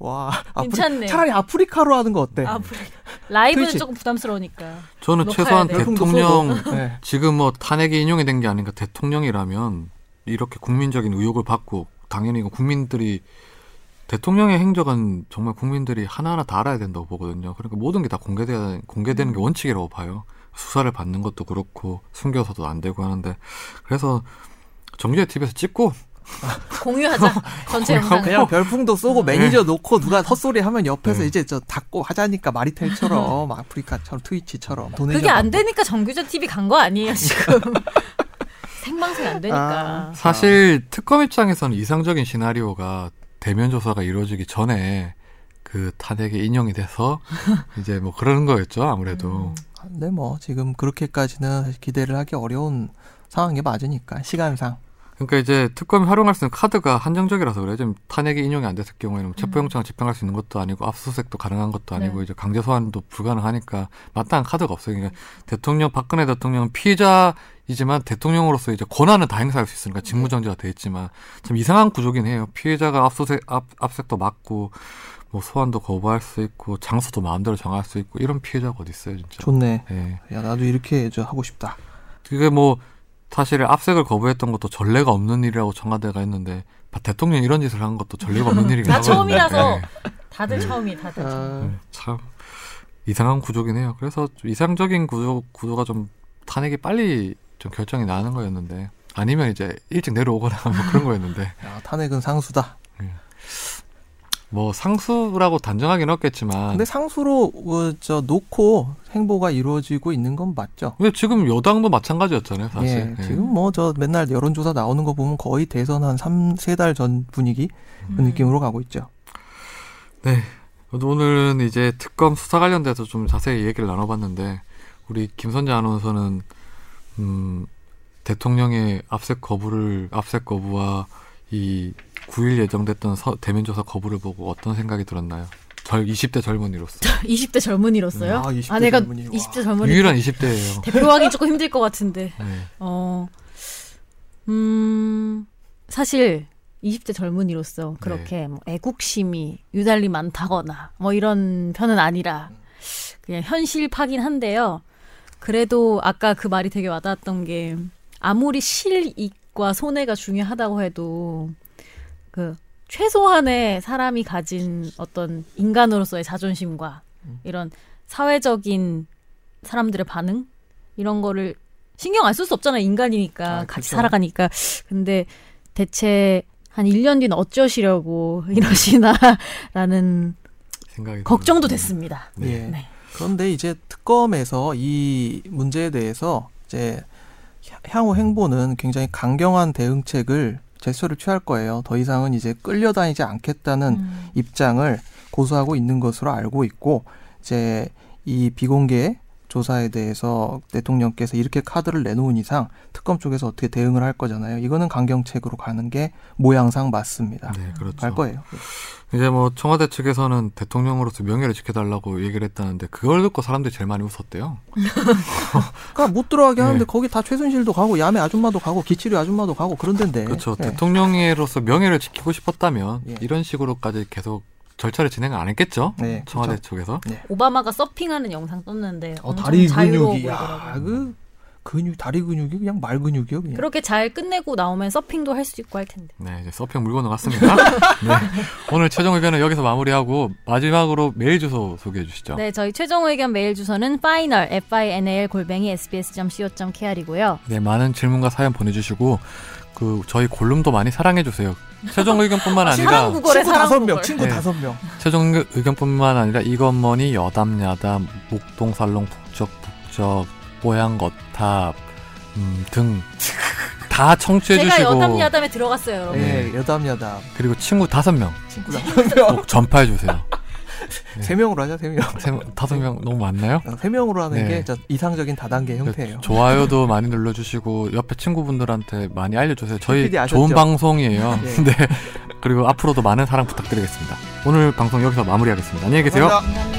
Speaker 2: 와,
Speaker 3: 괜찮네.
Speaker 2: 차라리 아프리카로 하는 거 어때?
Speaker 3: 아, 뭐, 라이브는
Speaker 2: 트위치.
Speaker 3: 조금 부담스러우니까
Speaker 1: 저는
Speaker 3: 녹화해야
Speaker 1: 최소한
Speaker 3: 돼요.
Speaker 2: 별풍도
Speaker 1: 대통령
Speaker 2: 쏘고. 네.
Speaker 1: 지금 뭐 탄핵이 인용이 된 게 아닌가 대통령이라면 이렇게 국민적인 의혹을 받고 당연히 이거 국민들이 대통령의 행적은 정말 국민들이 하나하나 다 알아야 된다고 보거든요. 그러니까 모든 게 다 공개돼야 공개되는 게 원칙이라고 봐요. 수사를 받는 것도 그렇고 숨겨서도 안 되고 하는데 그래서 정규재 TV에서 찍고 <laughs>
Speaker 3: 공유하자 전체 영상
Speaker 2: 그냥 별풍도 쏘고 매니저 놓고 누가 헛소리 하면 옆에서
Speaker 1: 네.
Speaker 2: 이제 저 닫고 하자니까 마리텔처럼 아프리카처럼 트위치처럼 돈을
Speaker 3: 그게 안 되니까 정규자 TV 간 거 아니에요 지금 <laughs> 생방송이 안 되니까
Speaker 2: 아.
Speaker 1: 사실 특검 입장에서는 이상적인 시나리오가 대면 조사가 이루어지기 전에 그 탄핵에 인용이 돼서 이제 뭐 그러는 거였죠 아무래도
Speaker 2: 근데 뭐 지금 그렇게까지는 기대를 하기 어려운 상황이 맞으니까 시간상
Speaker 1: 그러니까 이제 특검이 활용할 수 있는 카드가 한정적이라서 그래요 지금 탄핵이 인용이 안 됐을 경우에는 뭐 체포영장을 집행할 수 있는 것도 아니고 압수수색도 가능한 것도 아니고
Speaker 3: 네.
Speaker 1: 이제 강제 소환도 불가능하니까 마땅한 카드가 없어요 그러니까 대통령 박근혜 대통령은 피해자이지만 대통령으로서 이제 권한은 다 행사할 수 있으니까 직무정지가 돼 있지만 참 이상한 구조긴 해요 피해자가 압수색 압, 압색도 맞고 뭐 소환도 거부할 수 있고 장소도 마음대로 정할 수 있고 이런 피해자가 어디 있어요 진짜.
Speaker 2: 좋네.
Speaker 1: 예.
Speaker 2: 야 나도 이렇게 저 하고 싶다.
Speaker 1: 그게 뭐 사실 압색을 거부했던 것도 전례가 없는 일이라고 청와대가 했는데 바- 대통령이 이런 짓을 한 것도 전례가 없는 일이긴
Speaker 3: 나
Speaker 1: 하거든요.
Speaker 3: 처음이라서.
Speaker 1: 예.
Speaker 3: 다들 처음이
Speaker 2: 아,
Speaker 3: 다들 처음.
Speaker 1: 예. 참 이상한 구조긴 해요. 그래서 좀 이상적인 구조 구조가 좀 탄핵이 빨리 좀 결정이 나는 거였는데 아니면 이제 일찍 내려오거나 <laughs> 뭐 그런 거였는데
Speaker 2: 야, 탄핵은 상수다.
Speaker 1: 뭐 상수라고 단정하긴 했겠지만
Speaker 2: 근데 상수로 어, 저 놓고 행보가 이루어지고 있는 건 맞죠.
Speaker 1: 근데 지금 여당도 마찬가지였잖아요, 사실.
Speaker 2: 예,
Speaker 1: 예.
Speaker 2: 지금 뭐 저 맨날 여론조사 나오는 거 보면 거의 대선 한 3, 세 달 전 분위기
Speaker 3: 음. <laughs>
Speaker 2: 그 느낌으로 가고 있죠.
Speaker 1: 네. 오늘은 이제 특검 수사 관련돼서 좀 자세히 얘기를 나눠봤는데 우리 김선재 아나운서는 음, 대통령의 압색 거부를 압색 거부와 이 9일 예정됐던 서- 대면 조사 거부를 보고 어떤 생각이 들었나요? 절 20대 젊은이로서
Speaker 3: 20대 젊은이로서요.
Speaker 2: 아, 20대
Speaker 3: 내가
Speaker 2: 젊은이. 와.
Speaker 3: 20대 젊은이
Speaker 1: 유일한 20대예요.
Speaker 3: 대표하기 조금 힘들 것 같은데.
Speaker 1: 네.
Speaker 3: 어, 음, 사실 20대 젊은이로서 그렇게 뭐 애국심이 유달리 많다거나 뭐 이런 편은 아니라 그냥 현실파긴 한데요. 그래도 아까 그 말이 되게 와닿았던 게 아무리 실익과 손해가 중요하다고 해도 그 최소한의 사람이 가진 어떤 인간으로서의 자존심과 이런 사회적인 사람들의 반응 이런 거를 신경 안 쓸 수 없잖아 요 인간이니까
Speaker 2: 아,
Speaker 3: 같이
Speaker 2: 그쵸.
Speaker 3: 살아가니까 근데 대체 한 1년 뒤는 어쩌시려고 <laughs> 이러시나라는
Speaker 1: 생각이
Speaker 3: 걱정도
Speaker 1: 들었어요.
Speaker 3: 됐습니다.
Speaker 1: 네.
Speaker 2: 예.
Speaker 3: 네.
Speaker 2: 그런데 이제 특검에서 이 문제에 대해서 이제 향후 행보는 굉장히 강경한 대응책을 제스처를 취할 거예요. 더 이상은 이제 끌려다니지 않겠다는
Speaker 3: 음.
Speaker 2: 입장을 고수하고 있는 것으로 알고 있고 이제 이 비공개 조사에 대해서 대통령께서 이렇게 카드를 내놓은 이상 특검 쪽에서 어떻게 대응을 할 거잖아요. 이거는 강경책으로 가는 게 모양상 맞습니다.
Speaker 1: 네, 그렇죠.
Speaker 2: 갈 거예요.
Speaker 1: 이제 뭐 청와대 측에서는 대통령으로서 명예를 지켜달라고 얘기를 했다는데 그걸 듣고 사람들이 제일 많이 웃었대요.
Speaker 2: 그러니까 못 들어가게 하는데
Speaker 1: 네.
Speaker 2: 거기 다 최순실도 가고 야매 아줌마도 가고 기치류 아줌마도 가고 그런 데인데.
Speaker 1: 그렇죠.
Speaker 2: 예.
Speaker 1: 대통령으로서 명예를 지키고 싶었다면
Speaker 2: 예.
Speaker 1: 이런 식으로까지 계속 절차를 진행을 안 했겠죠.
Speaker 2: 네,
Speaker 1: 청와대 쪽에서.
Speaker 3: 오바마가 서핑하는 영상 떴는데
Speaker 2: 어,
Speaker 3: 엄청
Speaker 2: 다리
Speaker 3: 자유로워
Speaker 2: 근육이
Speaker 3: 보이더라고요.
Speaker 2: 야그 근육 다리 근육이 그냥 말 근육이요 그냥.
Speaker 3: 그렇게 잘 끝내고 나오면 서핑도 할 수 있고 할 텐데.
Speaker 1: 네, 이제 서핑 물고
Speaker 2: <laughs>
Speaker 1: 나갔습니다. 네. 오늘 최종 의견은 여기서 마무리하고 마지막으로 메일 주소 소개해
Speaker 2: 아.
Speaker 1: 주시죠.
Speaker 3: 네, 저희 최종 의견 메일 주소는 final f i n a l 골뱅이 s b s c o k r 이고요.
Speaker 1: 네, 많은 질문과 사연 보내주시고 그 저희 골룸도 많이 사랑해 주세요. 최종
Speaker 3: <laughs>
Speaker 1: 의견뿐만 아니라
Speaker 3: 사랑 구걸에
Speaker 2: 친구 다섯
Speaker 3: 사랑
Speaker 2: 명
Speaker 3: 구걸.
Speaker 2: 친구
Speaker 1: 네.
Speaker 2: 다섯 명.
Speaker 1: 최종 의견뿐만 아니라 이건머니 여담 야담 목동 살롱 북적 북적 뽀양 거탑 음, 등 다 청취해
Speaker 3: 제가
Speaker 1: 주시고
Speaker 3: 여담 야담에 들어갔어요, 여러분.
Speaker 2: 예,
Speaker 1: 네.
Speaker 2: 여담 여담.
Speaker 1: 그리고 친구 다섯 명 꼭
Speaker 2: 친구 다섯 명.
Speaker 1: 전파해 주세요. 네.
Speaker 2: 세 명으로 하자 세 명.
Speaker 1: 세- 다섯 명 너무 많나요?
Speaker 2: 어, 세 명으로 하는
Speaker 1: 네.
Speaker 2: 게 진짜 이상적인 다단계 형태예요.
Speaker 1: 좋아요도 많이 눌러주시고 옆에 친구분들한테 많이 알려주세요. 저희
Speaker 2: PD 아셨죠?
Speaker 1: 좋은 방송이에요.
Speaker 2: 네.
Speaker 1: <laughs> 네. 그리고 앞으로도 많은 사랑 부탁드리겠습니다. 오늘 방송 여기서 마무리하겠습니다. 안녕히 계세요.
Speaker 2: 감사합니다.
Speaker 3: 감사합니다.